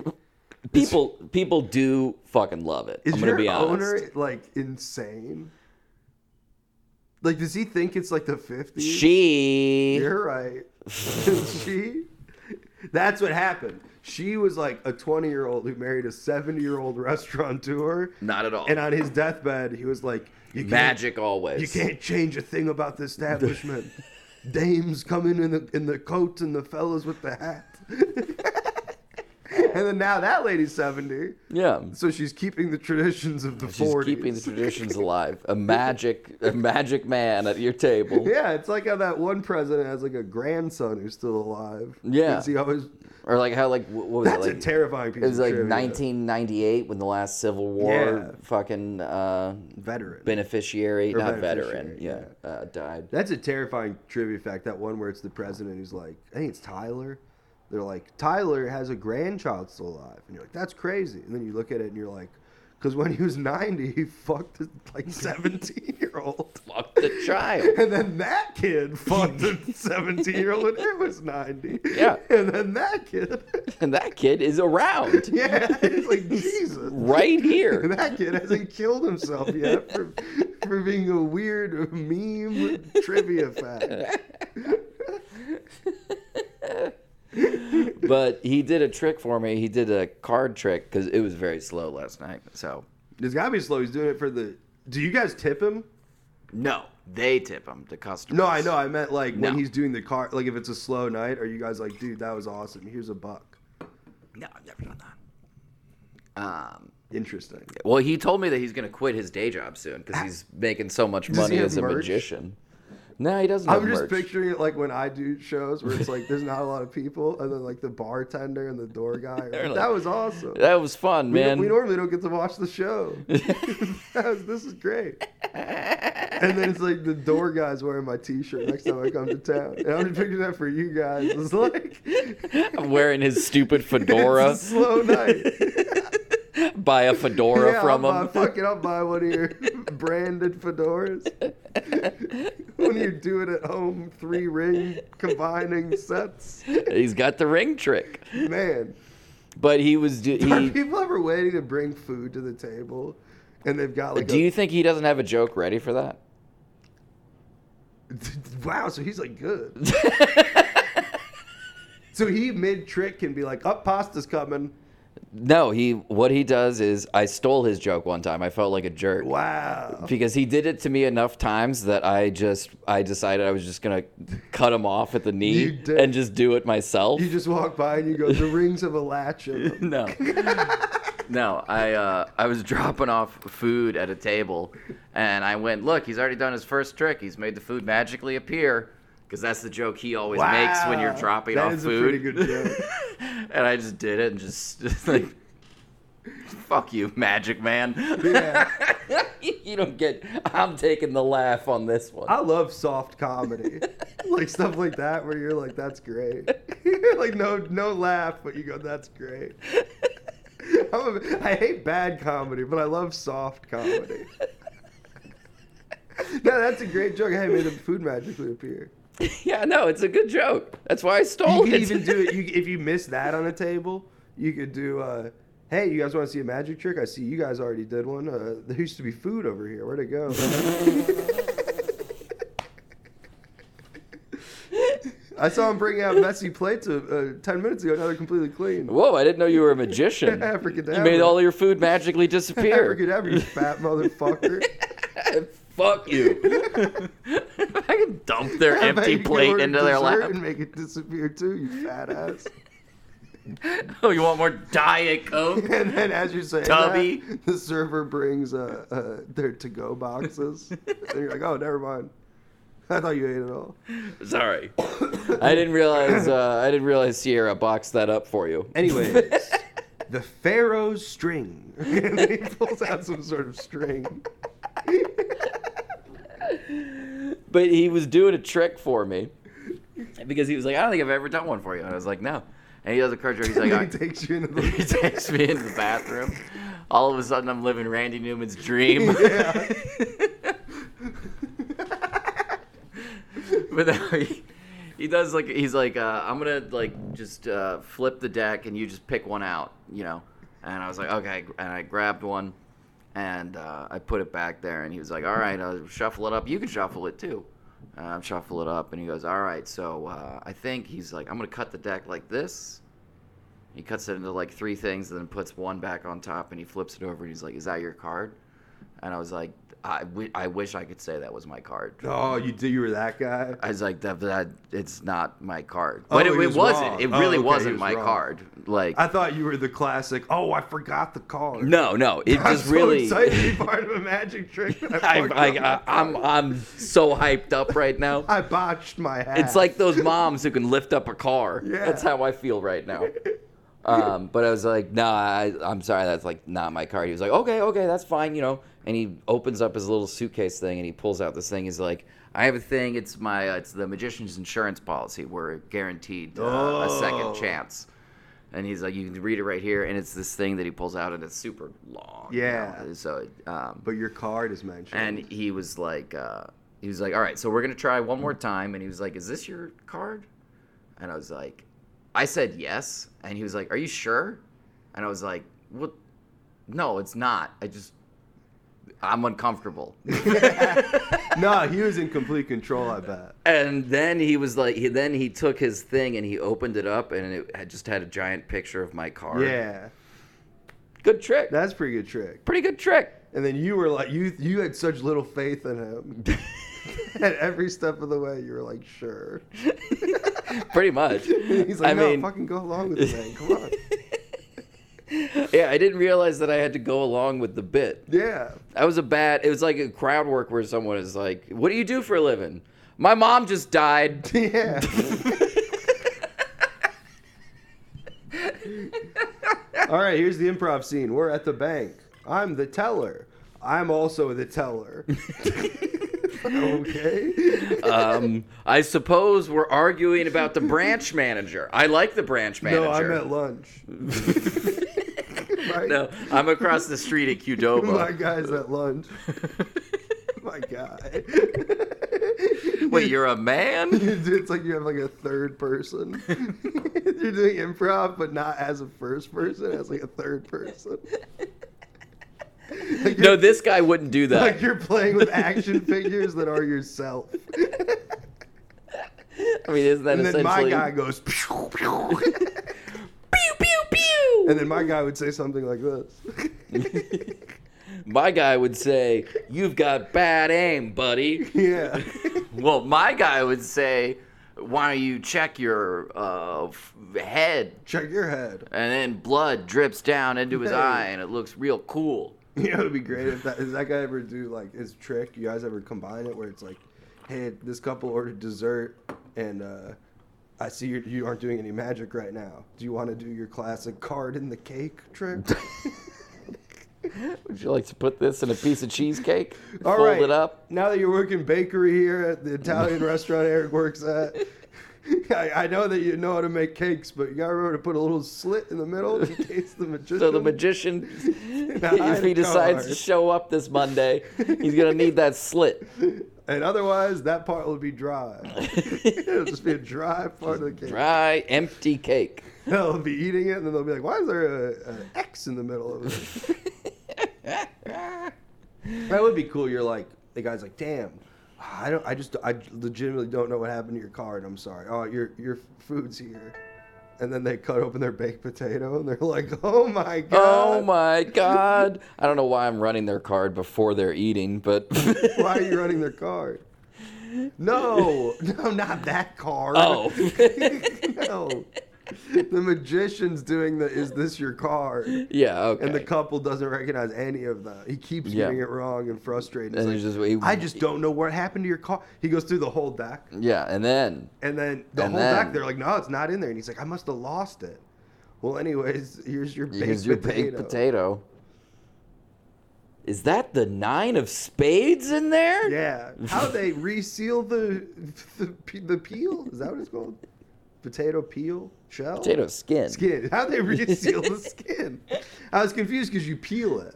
A: People people do fucking love it.
B: Is
A: I'm gonna
B: your
A: be honest.
B: owner like insane? Like, does he think it's like the fifties?
A: she
B: You're right. she. That's what happened. She was like a 20 year old who married a 70 year old restaurateur.
A: not at all.
B: And on his deathbed, he was like, you can't-
A: magic always.
B: You can't change a thing about the establishment. Dames come in in the, in the coat and the fellas with the hat. and then now that lady's 70.
A: Yeah.
B: So she's keeping the traditions of the
A: She's
B: 40s.
A: keeping the traditions alive. A magic a magic man at your table.
B: yeah, it's like how that one president has like a grandson who's still alive.
A: Yeah.
B: 'Cause He always,
A: Or like how like wh- what was
B: that's
A: it like
B: a terrifying piece
A: It was
B: of
A: like
B: trivia.
A: 1998 when the last Civil War
B: Yeah.
A: fucking uh,
B: Veteran.
A: beneficiary,
B: Or
A: not veteran,
B: beneficiary,
A: yeah, Uh, died.
B: That's a terrifying trivia fact. That one where it's the president who's like, I think it's Tyler. They're like, Tyler has a grandchild still alive, and you're like, that's crazy. And then you look at it and you're like, because when he was 90, he fucked a, like 17 year old,
A: Fuck the child.
B: and then that kid fucked a 17 year old when it was 90.
A: Yeah.
B: and then that kid,
A: and that kid is around
B: yeah, it's like Jesus.
A: right here.
B: That kid hasn't killed himself yet for, for being a weird meme trivia fact.
A: But he did a trick for me. He did a card trick because it was very slow last night. So
B: It's gotta be slow. He's doing it for the. Do you guys tip him?
A: no, they tip him to customers.
B: No, I know. I meant like when
A: No.
B: he's doing the car. Like if it's a slow night, are you guys like, dude, that was awesome. Here's a buck.
A: No, I've never done that. Um.
B: Interesting.
A: Well, he told me that he's going to quit his day job soon because he's making so much
B: he
A: money
B: have
A: as a
B: merch?
A: magician. No, he doesn't. Have
B: I'm just
A: merch.
B: picturing it like when I do shows where it's like there's not a lot of people, and then like the bartender and the door guy. Are
A: They're
B: like,
A: like,
B: that was awesome.
A: That was fun,
B: We don't-
A: man.
B: We normally don't get to watch the show. That was- this is great. And then it's like the door guy's wearing my T-shirt next time I come to town, and I'm just picturing that for you guys. It's like
A: I'm wearing his stupid fedora.
B: it's a slow night.
A: buy a fedora
B: yeah,
A: from
B: I'll
A: him.
B: Buy, fuck it, I'll buy one of your branded fedoras. when you do it at home, three ring combining sets.
A: he's got the ring trick.
B: Man,
A: But he was. do-
B: are
A: He,
B: people ever waiting to bring food to the table? And they've got like
A: do
B: a,
A: you think he doesn't have a joke ready for that?
B: wow, so he's like good. so he mid trick can be like, up pasta's coming.
A: No, he. What he does is, I stole his joke one time. I felt like a jerk.
B: Wow.
A: because he did it to me enough times that I just I decided I was just gonna cut him off at the
B: You
A: knee
B: did.
A: and just do it myself.
B: You just walk by and you go, the rings of a latch. in 'em."
A: no, no, I uh, I was dropping off food at a table, and I went, look, he's already done his first trick. He's made the food magically appear. Because that's the joke he always makes when you're
B: Wow.
A: dropping off
B: That is a
A: food.
B: pretty good joke.
A: and I just did it and just, just like, fuck you, magic man.
B: Yeah.
A: you don't get. I'm taking the laugh on this one.
B: I love soft comedy, like stuff like that, where you're like, "That's great," like no no laugh, but you go, "That's great." I'm a, I hate bad comedy, but I love soft comedy. no, that's a great joke. Hey, made the food magically appear.
A: Yeah, no, it's a good joke. That's why I
B: You
A: stole
B: could
A: it.
B: even do it. You, if you miss that on a table, you could do. Uh, hey, you guys want to see a magic trick? I see you guys already did one. Uh, there used to be food over here. Where'd it go? I saw him bring out messy plates uh, uh, ten minutes ago. Now they're completely clean.
A: Whoa, I didn't know you were a magician.
B: Abracadabra.
A: You made all your food magically disappear.
B: Abracadabra, you fat motherfucker.
A: Fuck you. I can dump their
B: Have
A: empty
B: Hank
A: plate
B: order
A: into their
B: dessert
A: lap.
B: and make it disappear too. You fat ass.
A: Oh, you want more Diet Coke?
B: And then, as you say,
A: Tubby.
B: that, the server brings uh, uh, their to-go boxes, and you're like, "Oh, never mind. I thought you ate it all."
A: Sorry, I didn't realize. Uh, I didn't realize Sierra boxed that up for you.
B: Anyways, the Pharaoh's string. and he pulls out some sort of string.
A: But he was doing a trick for me because he was like, "I don't think I've ever done one for you," and I was like, "No." And he does a card trick. He's like,
B: and he
A: "I-
B: takes you into
A: he
B: the.
A: takes me into the bathroom. All of a sudden, I'm living Randy Newman's dream.
B: Yeah.
A: but then he, he does like he's like uh, I'm gonna like just uh, flip the deck and you just pick one out, you know. And I was like, okay, and I grabbed one, and uh, I put it back there. And he was like, all right, I'll shuffle it up. You can shuffle it too. And I shuffle it Uh, up, and he goes, all right. So uh, I think he's like, I'm gonna cut the deck like this. He cuts it into like three things, and then puts one back on top, and he flips it over, and he's like, is that your card? And I was like, I, w- I wish I could say that was my card.
B: oh, you did. You were that guy.
A: I was like, that, that it's not my card.
B: Oh,
A: But it,
B: he
A: it
B: was
A: wasn't.
B: wrong.
A: It
B: Oh,
A: really
B: okay, he
A: wasn't
B: was
A: my
B: wrong.
A: card. Like,
B: I thought you were the classic. Oh, I forgot the card.
A: no, no. It
B: I'm
A: just
B: so
A: really.
B: excited to be part of a magic trick. that
A: I,
B: fucked
A: I,
B: up.
A: I, I'm, I'm so hyped up right now.
B: I botched my hat.
A: It's like those moms who can lift up a car.
B: Yeah.
A: That's how I feel right now. Um, but I was like, nah, I, I'm sorry, that's like not my card. He was like, okay, okay, that's fine, you know. And he opens up his little suitcase thing and he pulls out this thing. He's like, I have a thing. It's my, uh, it's the magician's insurance policy. We're guaranteed uh, a
B: Oh.
A: second chance. And he's like, you can read it right here. And it's this thing that he pulls out and it's super long. you
B: Yeah.
A: know, So, it, um,
B: But your card is mentioned.
A: and he was like uh, he was like all right so we're gonna try one more time and he was like is this your card and i was like i said yes and he was like are you sure and i was like well no it's not i just i'm uncomfortable
B: no, he was in complete control. I bet.
A: and then he was like he, then he took his thing and he opened it up and it had just had a giant picture of my card
B: Yeah,
A: good trick
B: that's a pretty good trick.
A: pretty good trick
B: And then you were like, you you had such little faith in him. At every step of the way, you were like, sure.
A: pretty much
B: He's like,
A: i
B: no,
A: mean
B: fucking go along with it, man. Come on.
A: yeah i didn't realize that i had to go along with the bit
B: Yeah.
A: That was a bad. It was like a crowd work where someone is like, "What do you do for a living?" My mom just died.
B: Yeah. All right, here's the improv scene. We're at the bank. I'm the teller. I'm also the teller. okay.
A: Um, I suppose we're arguing about the branch manager. I like the branch manager.
B: No, I'm at lunch. My-
A: No, I'm across the street at
B: Oh My
A: Qdoba.
B: guy's at lunch. My guy.
A: Wait, you're a man?
B: it's like you have like a third person. You're doing improv, but not as a first person, as like a third person. Like
A: No, uh,
B: you're-
A: this guy wouldn't do
B: like
A: that.
B: you're playing with action figures that are yourself.
A: I mean, isn't that
B: And then my
A: essentially?
B: guy goes, pew, pew.
A: pew pew pew.
B: and then my guy would say something like this.
A: my guy would say, "You've got bad aim, buddy."
B: Yeah.
A: Well, my guy would say, "Why don't you check your uh, f- head
B: Check your head.
A: and then blood drips down into his
B: Hey.
A: eye and it looks real cool
B: You know, it'd be great if that. Does that guy ever do like his trick? You guys ever combine it where it's like, hey, this couple ordered dessert, and uh, I see you're, you aren't doing any magic right now. Do you want to do your classic card in the cake trick?
A: would you like to put this in a piece of cheesecake
B: All
A: fold
B: right.
A: it up
B: Now that you're working bakery here at the Italian restaurant Eric works at, I, I know that you know how to make cakes, but you gotta remember to put a little slit in the middle in case the magician.
A: so the magician if
B: hide
A: he
B: a
A: decides to
B: card.
A: show up this monday he's gonna need that slit
B: And otherwise, that part will be dry. It'll just be a dry part of the cake.
A: dry empty cake
B: They'll be eating it, and then they'll be like, "Why is there a, a X in the middle of it?" that would be cool. You're like, the guy's like, "Damn, I don't. I just. I legitimately don't know what happened to your card. I'm sorry. Oh, your your food's here. And then they cut open their baked potato and they're like, "Oh my god!
A: Oh my god! I don't know why I'm running their card before they're eating, but
B: Why are you running their card?" No, no, not that card.
A: Oh.
B: no. The magician's doing the "Is this your card?"
A: yeah, okay.
B: And the couple doesn't recognize any of that. He keeps
A: Yeah.
B: getting it wrong and frustrated. He's
A: And
B: like,
A: he's just- he-
B: I just don't know what happened to your car. He goes through the whole deck,
A: yeah, and then
B: and then the
A: And
B: whole
A: then-
B: deck. They're like, "No, it's not in there." And he's like, "I must have lost it." Well, anyways, here's your baked
A: here's your
B: potato.
A: baked potato. Is that the nine of spades in there?
B: Yeah, how they reseal the, the pe- the peel? Is that what it's called? Potato peel shell.
A: Potato skin.
B: skin. How they reseal the skin? I was confused because you peel it.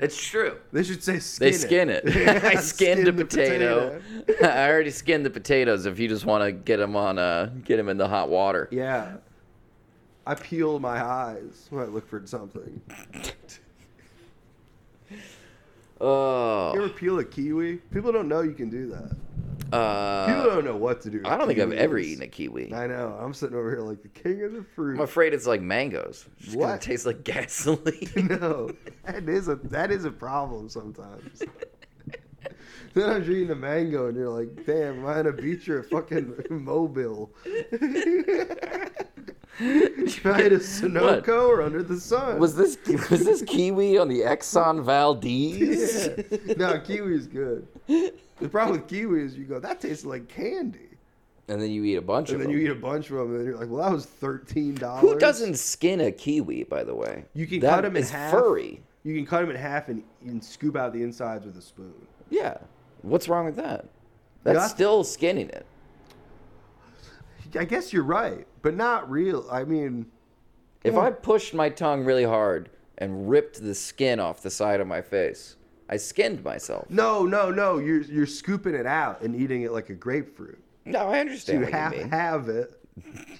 A: It's true.
B: They should say skin.
A: They skin it. I skinned
B: Skin
A: a
B: the
A: potato. I already skinned the potatoes. If you just want to get them on, uh, get them in the hot water.
B: Yeah. I peel my eyes when I look for something. You ever
A: Oh,
B: peel a kiwi? People don't know you can do that. People
A: uh,
B: don't know what to do.
A: I don't think I've ever eaten a kiwi.
B: I know. I'm sitting over here like the king of the fruit.
A: I'm afraid it's like mangoes. It's just gonna
B: What?
A: taste like gasoline.
B: no, that is a that is a problem sometimes. then I'm eating a mango and you're like, damn, am I gonna beat your fucking mobile? Tried a Sunoco or under the sun.
A: was this was this kiwi on the Exxon Valdez?
B: Yeah. no, kiwi's good. The problem with kiwi is you go, that tastes like candy.
A: And then you eat a bunch
B: And
A: of
B: then
A: them.
B: you eat a bunch of them, and then you're like, well, that was $13.
A: Who doesn't skin a kiwi, by the way?
B: You can
A: That
B: cut 'em in
A: is
B: half.
A: furry.
B: You can cut them in half and, and scoop out the insides with a spoon.
A: Yeah. What's wrong with that? That's
B: Nothing.
A: still skinning it.
B: I guess you're right, but not real. I mean,
A: If I pushed my tongue really hard and ripped the skin off the side of my face, I skinned myself.
B: no, no, no. You're, you're scooping it out and eating it like a grapefruit.
A: No, I understand
B: You
A: what
B: have,
A: you mean.
B: have it.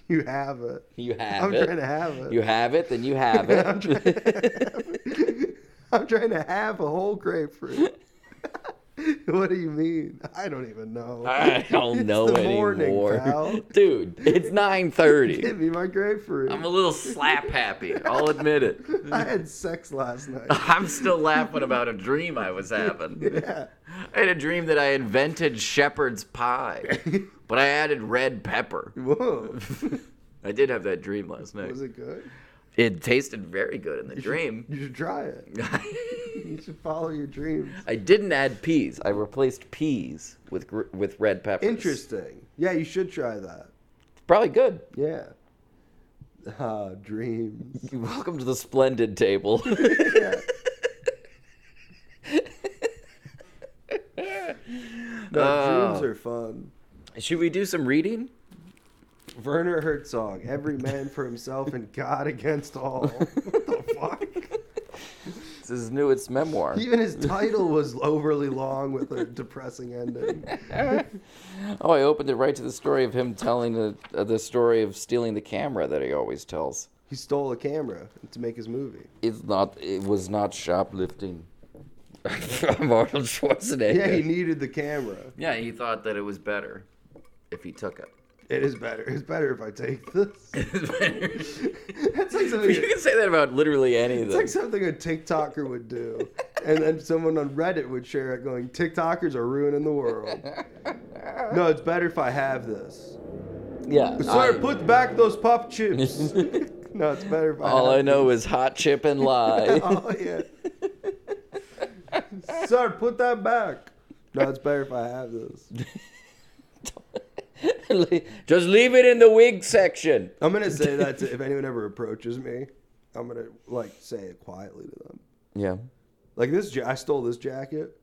B: You have it.
A: you have
B: I'm
A: it.
B: trying to have it.
A: You have it, then you have
B: I'm
A: it.
B: trying, I'm trying to have a whole grapefruit. what do you mean? I don't even know.
A: I don't
B: It's
A: know
B: the morning,
A: anymore.
B: pal.
A: Dude, it's
B: Give
A: 9:30.
B: me my grapefruit.
A: I'm a little slap happy. I'll admit it.
B: I had sex last night.
A: I'm still laughing about a dream I was having.
B: yeah.
A: I had a dream that I invented shepherd's pie, but I added red pepper.
B: Whoa.
A: I did have that dream last night.
B: Was it good?
A: It tasted very good in the dream.
B: You should try it.
A: I
B: You should follow your dreams.
A: didn't add peas. I replaced peas with gr- with red peppers.
B: Interesting. Yeah, you should try that.
A: Probably good.
B: Yeah. Ah, dreams.
A: Welcome to the splendid table.
B: No,
A: Oh.
B: dreams are fun.
A: Should we do some reading?
B: Werner Herzog, every man for himself and God against all. What the fuck?
A: This is new. It's memoir.
B: Even his title was overly long with a depressing ending.
A: Oh, I opened it right to the story of him telling the uh, the story of stealing the camera that he always tells.
B: He stole a camera to make his movie.
A: It's not. It was not shoplifting. From Arnold Schwarzenegger.
B: Yeah, he needed the camera.
A: yeah, he thought that it was better if he took it.
B: It is better. It's better if I take this. That's like something.
A: you can say that about literally anything.
B: It's like something a TikToker would do, and then someone on Reddit would share it, going, "TikTokers are ruining the world." No, it's better if I have this.
A: yeah.
B: Sir,
A: I-
B: put back those pop chips. no, it's better if I.
A: all I
B: have
A: know is hot chip and lie.
B: this. Oh yeah. Sir, put that back. No, it's better if I have this.
A: Just leave it in the wig section.
B: I'm gonna say that to, if anyone ever approaches me, I'm gonna like say it quietly to them.
A: Yeah.
B: Like this, ja- I stole this jacket,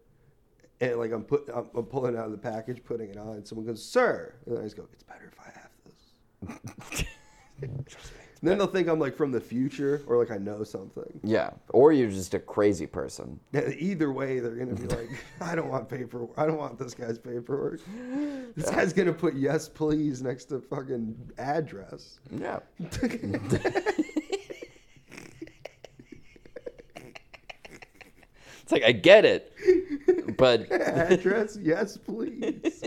B: and like I'm put, I'm, I'm pulling it out of the package, putting it on. Someone goes, "Sir," and I just go, "It's better if I have this." And then they'll think I'm like from the future or like I know something.
A: Yeah. Or you're just a crazy person.
B: Yeah, Either way, they're gonna be like, "I don't want paper. I don't want this guy's paperwork. This guy's gonna put yes please next to fucking address."
A: Yeah. It's like I get it. but
B: Address? Yes, please.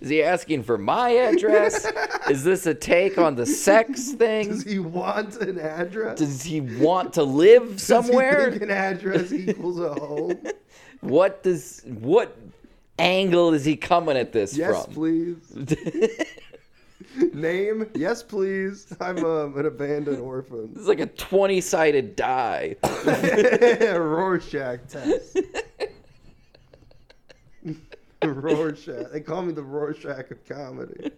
A: is he asking for my address? Is this a take on the sex
B: Does
A: thing?
B: he want an address?
A: Does he want to live
B: Does he
A: somewhere?
B: think an address equals a home?
A: what does what angle is he coming at this
B: Yes,
A: from?
B: please. Name? Yes, please. I'm um, an abandoned orphan.
A: It's like a 20 sided die.
B: Rorschach test. Rorschach. They call me the Rorschach of comedy.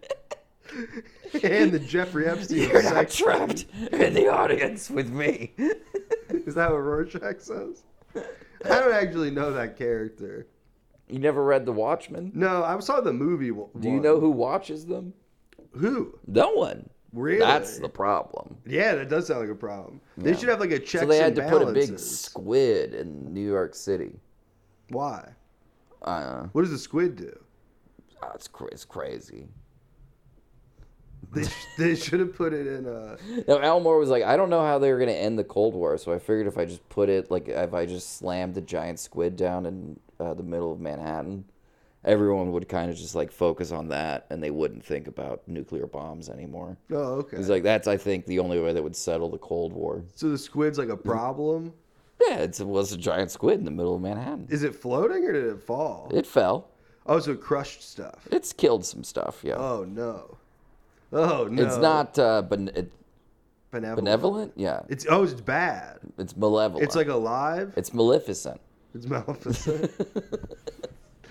B: and the Jeffrey Epstein
A: You're
B: of
A: not
B: sex.
A: trapped in the audience with me.
B: Is that what Rorschach says? I don't actually know that character.
A: You never read The Watchmen?
B: No, I saw the movie. w-
A: Do you
B: one.
A: know who watches them?
B: who?
A: No one.
B: Really?
A: That's the problem.
B: Yeah, that does sound like a problem. They should have like a checks
A: So they had
B: and
A: to put a big
B: balances.
A: squid in New York City.
B: Why?
A: Uh,
B: What does the squid do?
A: oh, it's, cra- it's crazy.
B: They, sh- they should have put it in a.
A: Now Elmore was like, I don't know how they were gonna end the Cold War, so I figured if I just put it like if I just slammed the giant squid down in uh, the middle of Manhattan, everyone would kind of just like focus on that, and they wouldn't think about nuclear bombs anymore.
B: Oh, okay.
A: He's like, that's I think the only way that would settle the Cold War.
B: so the squid's like a problem.
A: Yeah, it's, it was a giant squid in the middle of Manhattan.
B: Is it floating or did it fall?
A: It fell.
B: Oh, so it crushed stuff.
A: It's killed some stuff. Yeah,
B: Oh no. Oh no.
A: it's not uh, ben- it,
B: benevolent.
A: benevolent. Yeah,
B: It's oh, it's bad.
A: it's malevolent.
B: It's like alive.
A: it's maleficent.
B: It's maleficent.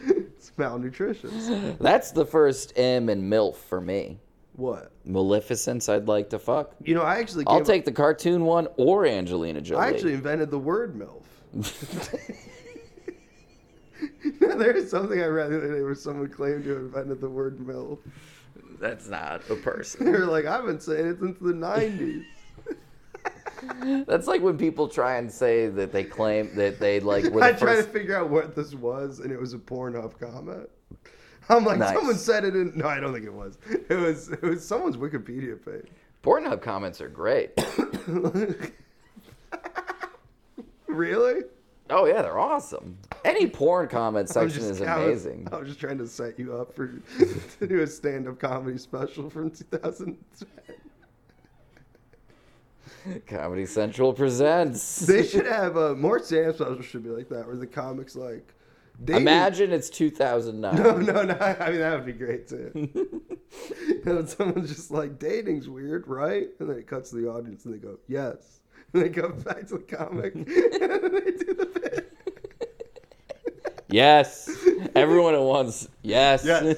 B: it's malnutritious.
A: That's the first M in MILF for me.
B: What?
A: Maleficence I'd like to fuck.
B: You know, I actually.
A: I'll
B: came-
A: take the cartoon one or Angelina Jolie.
B: I actually invented the word MILF. There's something I read the other day where someone claimed to have invented the word MILF.
C: That's not a
B: They
C: person.
B: were like, I've been saying it since the 90s.
A: That's like when people try and say that they claim that they like were
B: I
A: the
B: tried
A: first.
B: to figure out what this was, and it was a Pornhub comment. I'm like,
A: Nice.
B: someone said it in. No, I don't think it was. It was it was someone's Wikipedia page.
A: Pornhub comments are great.
B: Really?
A: Oh yeah, they're awesome. Any porn comment
B: I was Oh.
A: section is
B: I was-
A: amazing.
B: I was, just trying to set you up for to do a stand-up comedy special from 2010.
A: Comedy Central presents.
B: They should have uh, more stand-up specials should be like that, where the comics like. dating-
A: Imagine it's
B: No,
A: 2009.
B: no, no. I mean, that would be great too. You know, when someone's just like, dating's weird, right? And then it cuts to the audience and they go, yes. And they go back to the comic and then they do the bit.
A: Yes, everyone at once. Yes.
B: Yes.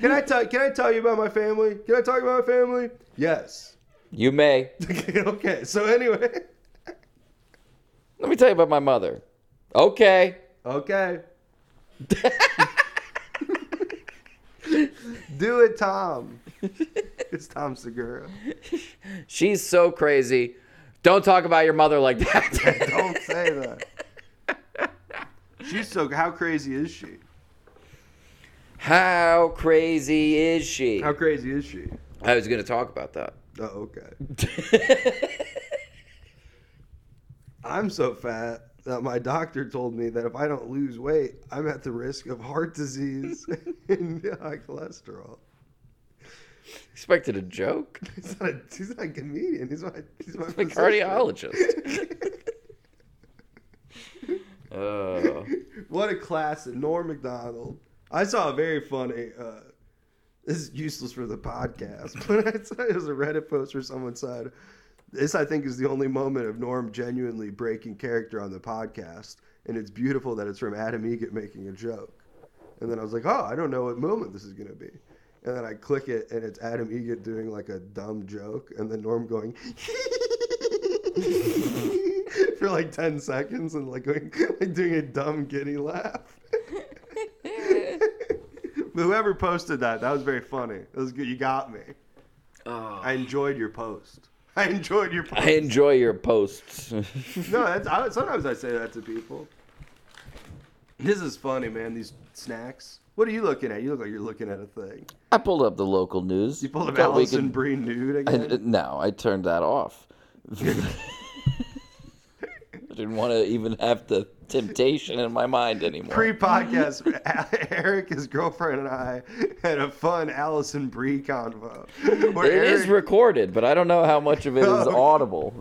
B: Can I tell? Can I tell you about my family? Can I talk about my family? Yes.
A: you may.
B: Okay. okay. So anyway,
A: Let me tell you about my mother. Okay.
B: okay. do it, Tom. It's Tom Segura.
A: She's so crazy. Don't talk about your mother like that.
B: Don't say that. She's so. How crazy is she?
A: How crazy is she?
B: How crazy is she?
A: I was going to talk about that.
B: Oh, okay. I'm so fat that my doctor told me that if I don't lose weight, I'm at the risk of heart disease and high cholesterol.
A: Expected a joke.
B: He's not a, he's not a comedian. He's my, he's my
A: The
B: physician.
A: cardiologist. Oh.
B: What a classic, Norm McDonald. I saw a very funny. Uh, this is useless for the podcast, but I saw it was a Reddit post where someone said, "This I think is the only moment of Norm genuinely breaking character on the podcast, and it's beautiful that it's from Adam Egett making a joke." And then I was like, "Oh, I don't know what moment this is going to be." And then I click it, and it's Adam Egett doing like a dumb joke, and then Norm going. for like 10 seconds and like, going, like doing a dumb giddy laugh. But Whoever posted that, that was very funny. That was good. You got me. I enjoyed your post. I enjoyed your post.
A: I enjoy your posts.
B: no, that's, I, sometimes I say that to people. This is funny, man. These snacks. What are you looking at? You look like you're looking at a thing.
A: I pulled up the local news.
B: You pulled up
A: Thought we
B: Allison
A: could-
B: Brie nude
A: I-
B: again.
A: no, I turned that off. I didn't want to even have the temptation in my mind anymore.
B: Pre-podcast, Eric, his girlfriend, and I had a fun Allison Brie convo. Where
A: It is
B: Eric-
A: recorded, but I don't know how much of it is
B: Oh.
A: audible.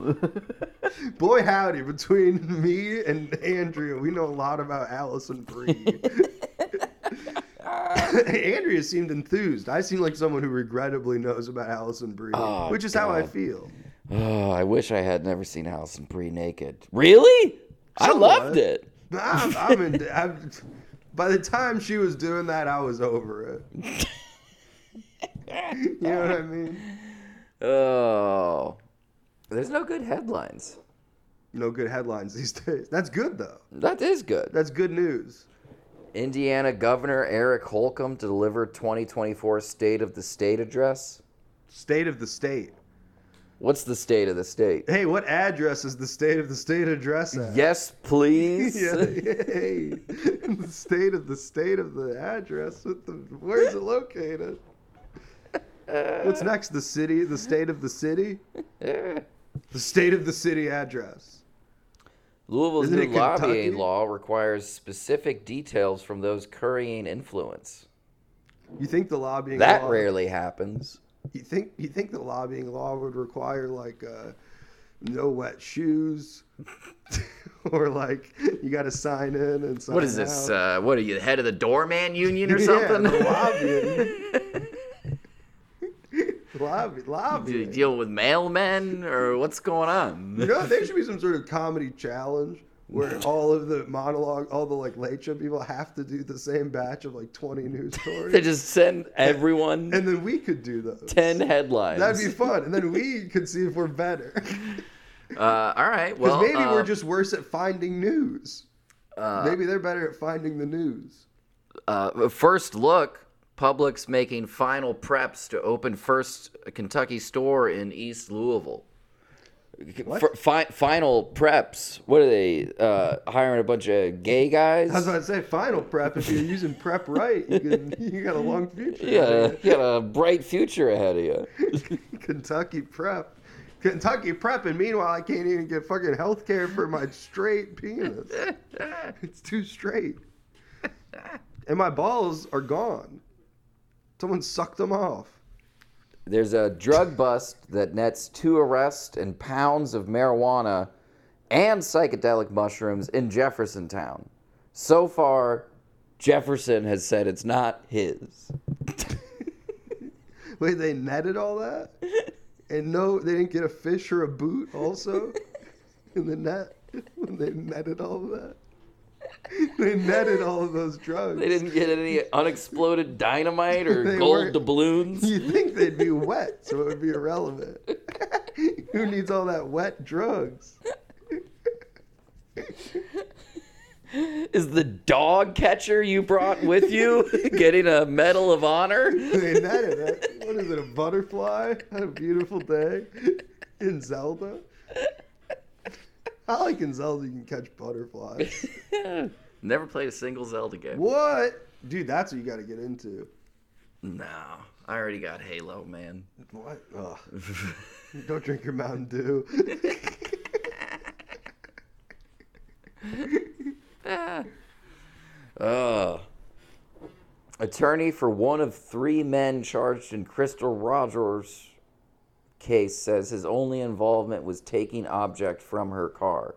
B: boy howdy, between me and Andrea, we know a lot about Allison Brie. Andrea seemed enthused. I seem like someone who regrettably knows about Allison Brie,
A: Oh,
B: which is how I
A: God.
B: feel.
A: Oh, I wish I had never seen Allison Brie naked. Really? I loved
B: Somewhat.
A: it.
B: I'm, I'm in. I'm, by the time she was doing that, I was over it. you know what I mean?
A: Oh. There's no good headlines.
B: No good headlines these days. That's good though.
A: That is good.
B: That's good news.
A: Indiana Governor Eric Holcomb to deliver 2024 State of the State address.
B: State of the state.
A: What's the state of the state?
B: Hey, what address is the state of the state address at?
A: Yes, please.
B: Yeah, hey, the state of the state of the address with the where's it located? What's next? The city, the state of the city, the state of the city address.
A: Louisville's
B: Isn't
A: new
B: it Kentucky?
A: lobbying law requires specific details from those currying influence.
B: You think the lobbying
A: That
B: law,
A: rarely happens.
B: You think you think the lobbying law would require like uh, no wet shoes, or like you got to sign in and sign
D: What is this?
B: out?
D: Uh, what are you, the head of the doorman union or
B: Yeah,
D: something?
B: the lobbying. Lobby,
D: Do you
B: lobbying.
D: deal with mailmen or what's going
B: You
D: on?
B: know, there should be some sort of comedy challenge where all of the monologue, all the like late show people have to do the same batch of like 20 news
A: They
B: stories.
A: just send everyone
B: and then we could do those.
A: 10 headlines.
B: That'd be fun. And then we could see if we're better.
D: Uh, all right.
B: Because
D: Well,
B: maybe
D: uh,
B: we're just worse at finding news.
D: uh,
B: maybe they're better at finding the news.
D: uh, first look. Publix making final preps to open first Kentucky store in East Louisville.
A: F- fi- final preps. What are they? Uh, hiring a bunch of gay guys?
B: I was about to say final prep. If you're using prep right, you, can, you got a long future.
A: yeah, you got a bright future ahead of you.
B: Kentucky prep. Kentucky prep, and meanwhile, I can't even get fucking health care for my straight penis. It's too straight. And my balls are gone. Someone sucked them off.
A: There's a drug bust that nets two arrests and pounds of marijuana and psychedelic mushrooms in Jeffersontown. So far, Jefferson has said it's not his.
B: Wait, they netted all that? And no, they didn't get a fish or a boot also in the net when they netted all that. They netted all of those drugs.
A: They didn't get any unexploded dynamite or
B: They
A: gold
B: weren't-
A: doubloons.
B: You think they'd be wet, so it would be irrelevant. Who needs all that wet drugs?
A: Is the dog catcher you brought with you getting a Medal of Honor?
B: They netted it. What is it, a butterfly on a beautiful day in Zelda? I like in Zelda you can catch butterflies.
D: Never played a single Zelda game.
B: What? Dude, that's what you got to get into.
D: No, I already got Halo, man.
B: What? Ugh. Don't drink your Mountain Dew.
A: Ugh. Uh, Attorney for one of three men charged in Crystal Rogers' case says his only involvement was taking object from her car.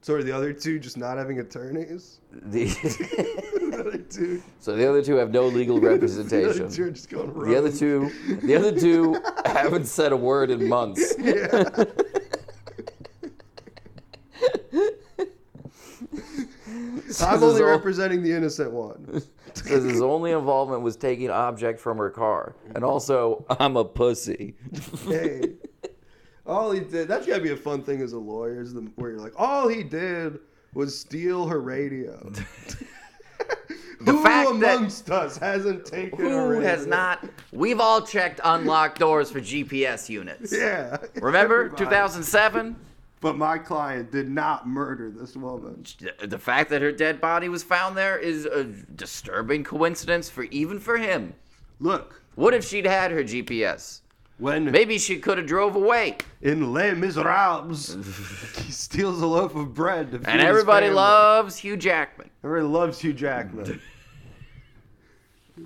B: so are the other two just not having attorneys?
A: The-
B: the other two,
A: so the other two have no legal
B: the other two
A: representation.
B: are just going
A: The other two, the other two haven't said a word in months.
B: Yeah. I'm
A: is
B: only
A: all-
B: representing the innocent one.
A: Says his only involvement was taking object from her car, and also I'm a pussy.
B: Hey, all he did—that's gotta be a fun thing as a lawyer, is the, where you're like, all he did was steal her radio. Who
D: fact that-
B: amongst us hasn't taken her
D: Who
B: radio?
D: has not? We've all checked unlocked doors for GPS units.
B: Yeah.
D: Remember
B: Everybody.
D: 2007?
B: But my client did not murder this woman.
D: The fact that her dead body was found there is a disturbing coincidence for even for him.
B: Look,
D: What if she'd had her GPS?
B: When
E: Maybe she could have drove away.
B: in Les Miserables, he steals a loaf of bread. To feed
E: And
B: his
E: everybody
B: family.
E: loves Hugh Jackman.
B: Everybody loves Hugh Jackman.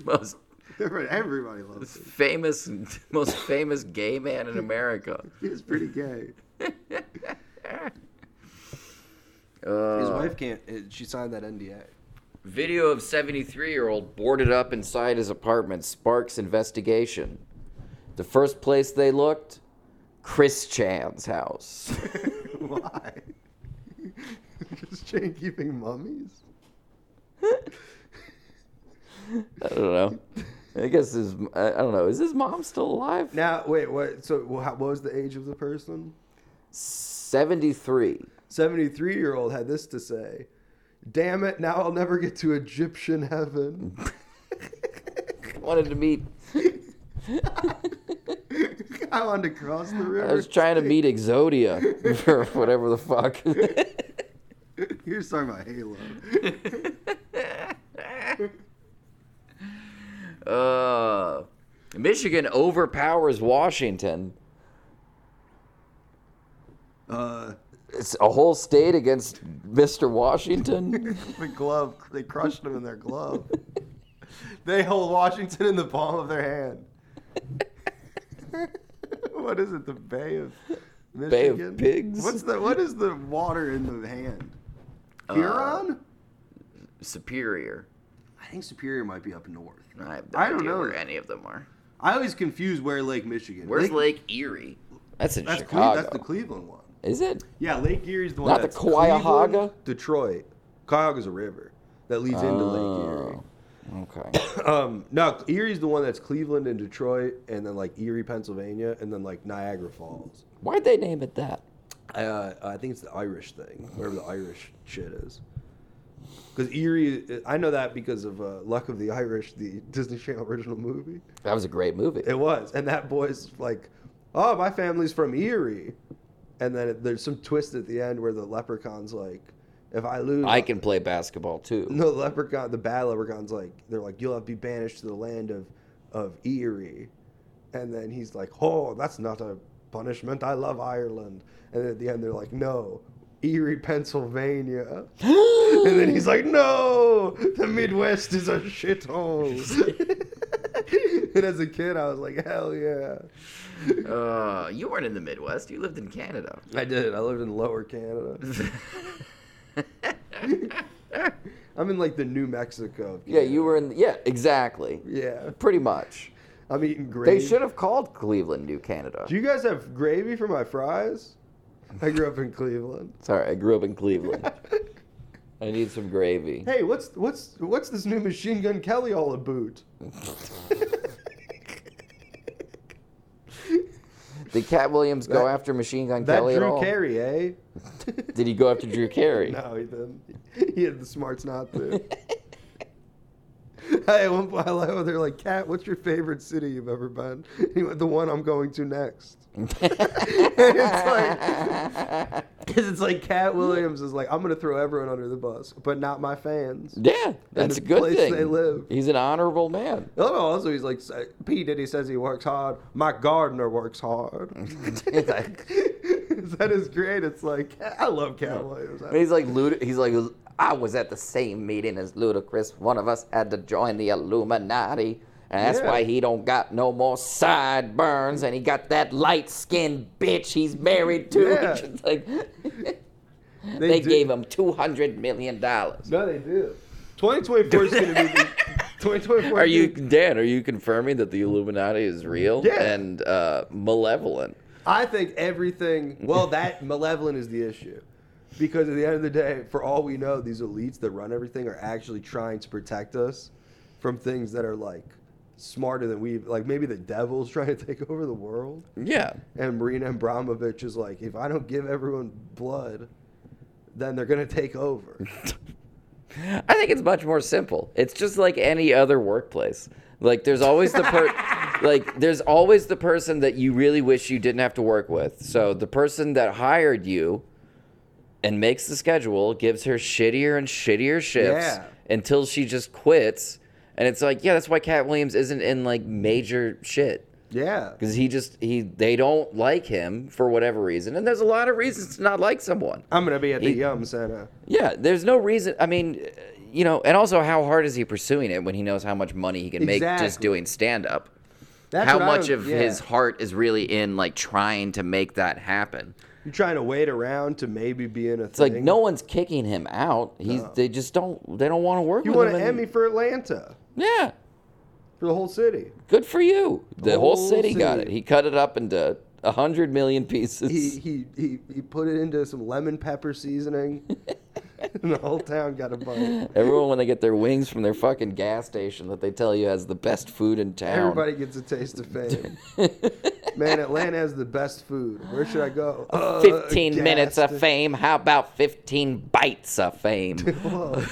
E: Most
B: Everybody- everybody loves him.
E: famous, most famous gay man in America.
B: He's pretty gay. His
E: Uh,
B: wife can't. eh, She signed that NDA.
E: video of 73-year-old boarded up inside his apartment sparks investigation.
A: The first place they looked, Chris Chan's house.
B: Why? Just Jane keeping mummies?
A: I don't know. I guess his. I I don't know. Is his mom still alive?
B: Now, wait, what? So, wha- what was the age of the person?
A: Seventy-three.
B: 73 year old had this to say Damn it, now I'll never get to Egyptian heaven.
A: Wanted to meet.
B: I wanted to cross the river.
A: I was trying to meet Exodia or whatever the fuck.
B: You're just talking about Halo.
E: Uh,
A: Michigan overpowers Washington.
B: Uh,
A: It's a whole state against Mr. Washington.
B: the glove, they crushed him in their glove. they hold Washington in the palm of their hand. what is it? The Bay of
A: Bay of
B: Michigan?
A: Pigs?
B: What's the, what is the water in the hand?
A: Uh,
B: Huron?
E: Superior.
B: I think Superior might be up north.
E: I, have no
B: I don't
E: idea
B: know.
E: where any of them are.
B: I always confuse where Lake Michigan.
E: Where's Lake, Erie?
A: That's in
B: That's, Cle-
A: Chicago.
B: that's the Cleveland one.
A: Is it?
B: Yeah, Lake Erie's the one.
A: Not the
B: that's
A: Cuyahoga?
B: Cleveland, Detroit. Cuyahoga's a river that leads into
A: Oh.
B: Lake
A: Okay.
B: Erie. Um, no, Erie's the one that's Cleveland and Detroit, and then like Erie, Pennsylvania, and then like Niagara Falls.
A: Why'd they name it that?
B: Uh, I think it's the Irish thing, wherever the Irish shit is. Because Erie, I know that because of uh, Luck of the Irish, the Disney Channel original movie.
A: That was a great movie.
B: It was, and that boy's like, "Oh, my family's from Erie," and then it, there's some twist at the end where the leprechaun's like, "If I lose,
A: I can play basketball too.
B: No, leprechaun, the bad leprechaun's like, they're like, "You'll have to be banished to the land of, of Erie," and then he's like, "Oh, that's not a punishment. I love Ireland." And then at the end, they're like, "No." Erie, Pennsylvania. and then he's like, no, the Midwest is a shithole. and as a kid, I was like, hell yeah.
E: Uh, you weren't in the Midwest. You lived in Canada.
B: I did. I lived in Lower Canada. I'm in like the New Mexico. of
A: Yeah,
B: Canada.
A: you were in. Yeah, exactly.
B: Yeah,
A: Pretty much.
B: I'm eating gravy.
A: They should have called Cleveland New Canada.
B: Do you guys have gravy for my fries? I grew up in Cleveland.
A: Sorry, I grew up in Cleveland. I need some gravy.
B: Hey, what's what's what's this new Machine Gun Kelly all about?
A: Did Cat Williams go
B: That-
A: after Machine Gun
B: That
A: Kelly at
B: Drew
A: all?
B: Carey, eh?
A: Did he go after Drew Carey?
B: No, he didn't. He had the smarts not to. Hey, at one point, I like when they're like, "Cat, what's your favorite city you've ever been?" He went, "The one I'm going to next." it's like, because it's like Cat Williams is like, "I'm gonna throw everyone under the bus, but not my fans."
A: Yeah, that's
B: the
A: a good
B: place
A: thing.
B: they live.
A: He's an honorable man.
B: Oh, no, also he's like, s- "P Diddy says he works hard. My gardener works hard." that is great. It's like I love Cat Williams.
A: And he's like, Lud- he's like, I was at the same meeting as Ludacris. One of us had to join the Illuminati, and that's
B: Yeah.
A: why he don't got no more sideburns, and he got that light-skinned bitch he's married to.
B: Yeah.
A: Just like, they
B: do-
A: gave him two hundred million dollars.
B: No, they do. 2024 is going to be. the- 2024.
A: Are
B: is
A: you
B: gonna-
A: Dan? Are you confirming that the Illuminati is real
B: Yeah.
A: and uh, malevolent?
B: I think everything. Well, that malevolent is the issue, because at the end of the day, for all we know, these elites that run everything are actually trying to protect us from things that are like smarter than we. Like maybe the devil's trying to take over the world,
A: Yeah.
B: and Marina Abramovich is like, if I don't give everyone blood, then they're going to take over.
A: I think it's much more simple. It's just like any other workplace. Like there's always the per like there's always the person that you really wish you didn't have to work with. So the person that hired you and makes the schedule gives her shittier and shittier shifts
B: Yeah.
A: until she just quits. And it's like, yeah, that's why Cat Williams isn't in like major shit.
B: Yeah.
A: because he just he they don't like him for whatever reason, and there's a lot of reasons to not like someone.
B: I'm gonna be at the
A: He-
B: Yum Center.
A: Yeah, there's no reason. I mean, you know, and also how hard is he pursuing it when he knows how much money he can make just
B: Exactly.
A: doing stand up?
B: That's
A: How
B: what I
A: much
B: don't-
A: of
B: yeah.
A: his heart is really in like trying to make that happen?
B: You're trying to wait around to maybe be in a
A: It's like
B: thing.
A: no one's kicking him out. He's they just don't they don't want to work
B: You
A: with
B: want
A: him.
B: an
A: and-
B: Emmy for Atlanta,
A: Yeah,
B: for the whole city.
A: good for you. The, whole,
B: whole
A: city, got it.
B: city.
A: He cut it up into a hundred million pieces.
B: He he he he put it into some lemon pepper seasoning, and the whole town got a bite.
A: Everyone, when they get their wings from their fucking gas station that they tell you has the best food in town.
B: Everybody gets a taste of fame. Man, Atlanta has the best food. Where should I go? Uh,
A: 15
B: gas
A: minutes of
B: sta-
A: fame. How about 15 bites of fame?
B: Whoa.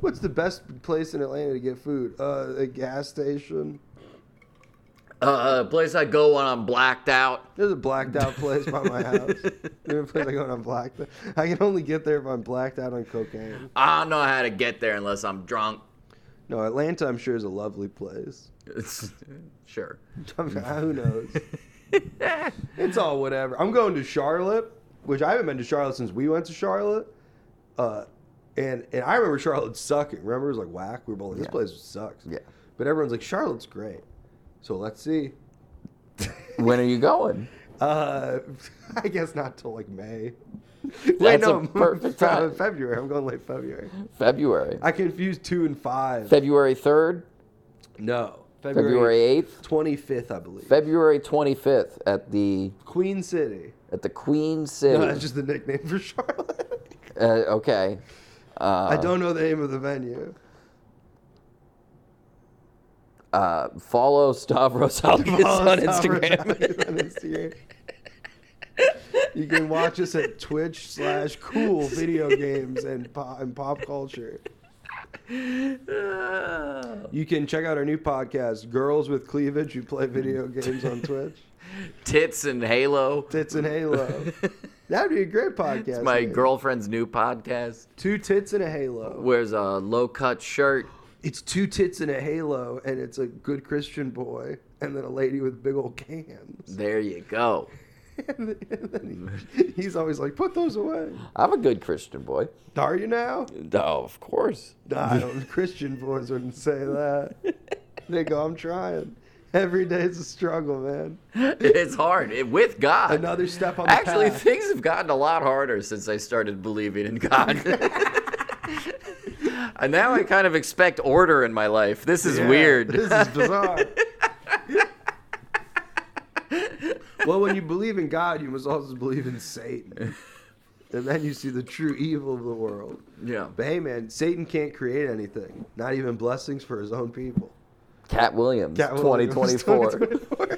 B: What's the best place in Atlanta to get food? Uh, a gas station.
F: Uh, a place I go when I'm blacked out.
B: There's a blacked out place by my house. There's a place I go when I'm blacked. out. I can only get there if I'm blacked out on cocaine.
F: I don't know how to get there unless I'm drunk.
B: No, Atlanta, I'm sure, is a lovely place.
F: It's, sure.
B: Who knows? it's all whatever. I'm going to Charlotte, which I haven't been to Charlotte since we went to Charlotte. Uh, and and I remember Charlotte sucking. Remember, it was like whack. We were both like, this place sucks.
A: Yeah.
B: But everyone's like, Charlotte's great. So let's see.
A: when are you going?
B: Uh, I guess not till like May.
A: That's a perfect
B: Fe-
A: time.
B: February. I'm going late February.
A: February.
B: I confused two and five.
A: February 3rd,
B: no,
A: February 8th,
B: 25th, I believe.
A: February 25th at the
B: Queen City.
A: at the Queen City.
B: No, that's just the nickname for Charlotte.
A: uh, okay. Uh,
B: I don't know the name of the venue.
A: uh, follow Stavros Halkias
B: Follow
A: on
B: us
A: Instagram.
B: on Instagram. you can watch us at Twitch slash Cool Video Games and pop, and pop culture. You can check out our new podcast, Girls with Cleavage, who play video games on Twitch.
F: Tits and Halo.
B: Tits and Halo. That'd be a great podcast.
F: It's my
B: name.
F: girlfriend's new podcast.
B: Two tits and a halo.
F: Wears a low cut shirt.
B: It's two tits and a halo, and it's a good Christian boy, and then a lady with big old cans.
F: There you go.
B: and then, and then he- he's always like, "Put those away."
A: I'm a good Christian boy.
B: Are you now?
A: Oh, of course.
B: Nah, I don't, Christian boys wouldn't say that. They go, "I'm trying." Every day is a struggle, man.
F: It's hard it, with God.
B: Another step on the
F: Actually,
B: path.
F: things have gotten a lot harder since I started believing in God. and now I kind of expect order in my life. This is
B: Yeah,
F: weird.
B: This is bizarre. well, when you believe in God, you must also believe in Satan. And then you see the true evil of the world.
F: yeah.
B: But hey, man, Satan can't create anything, not even blessings for his own people.
A: Cat Williams,
B: Cat Williams,
A: 2024.
B: 2024.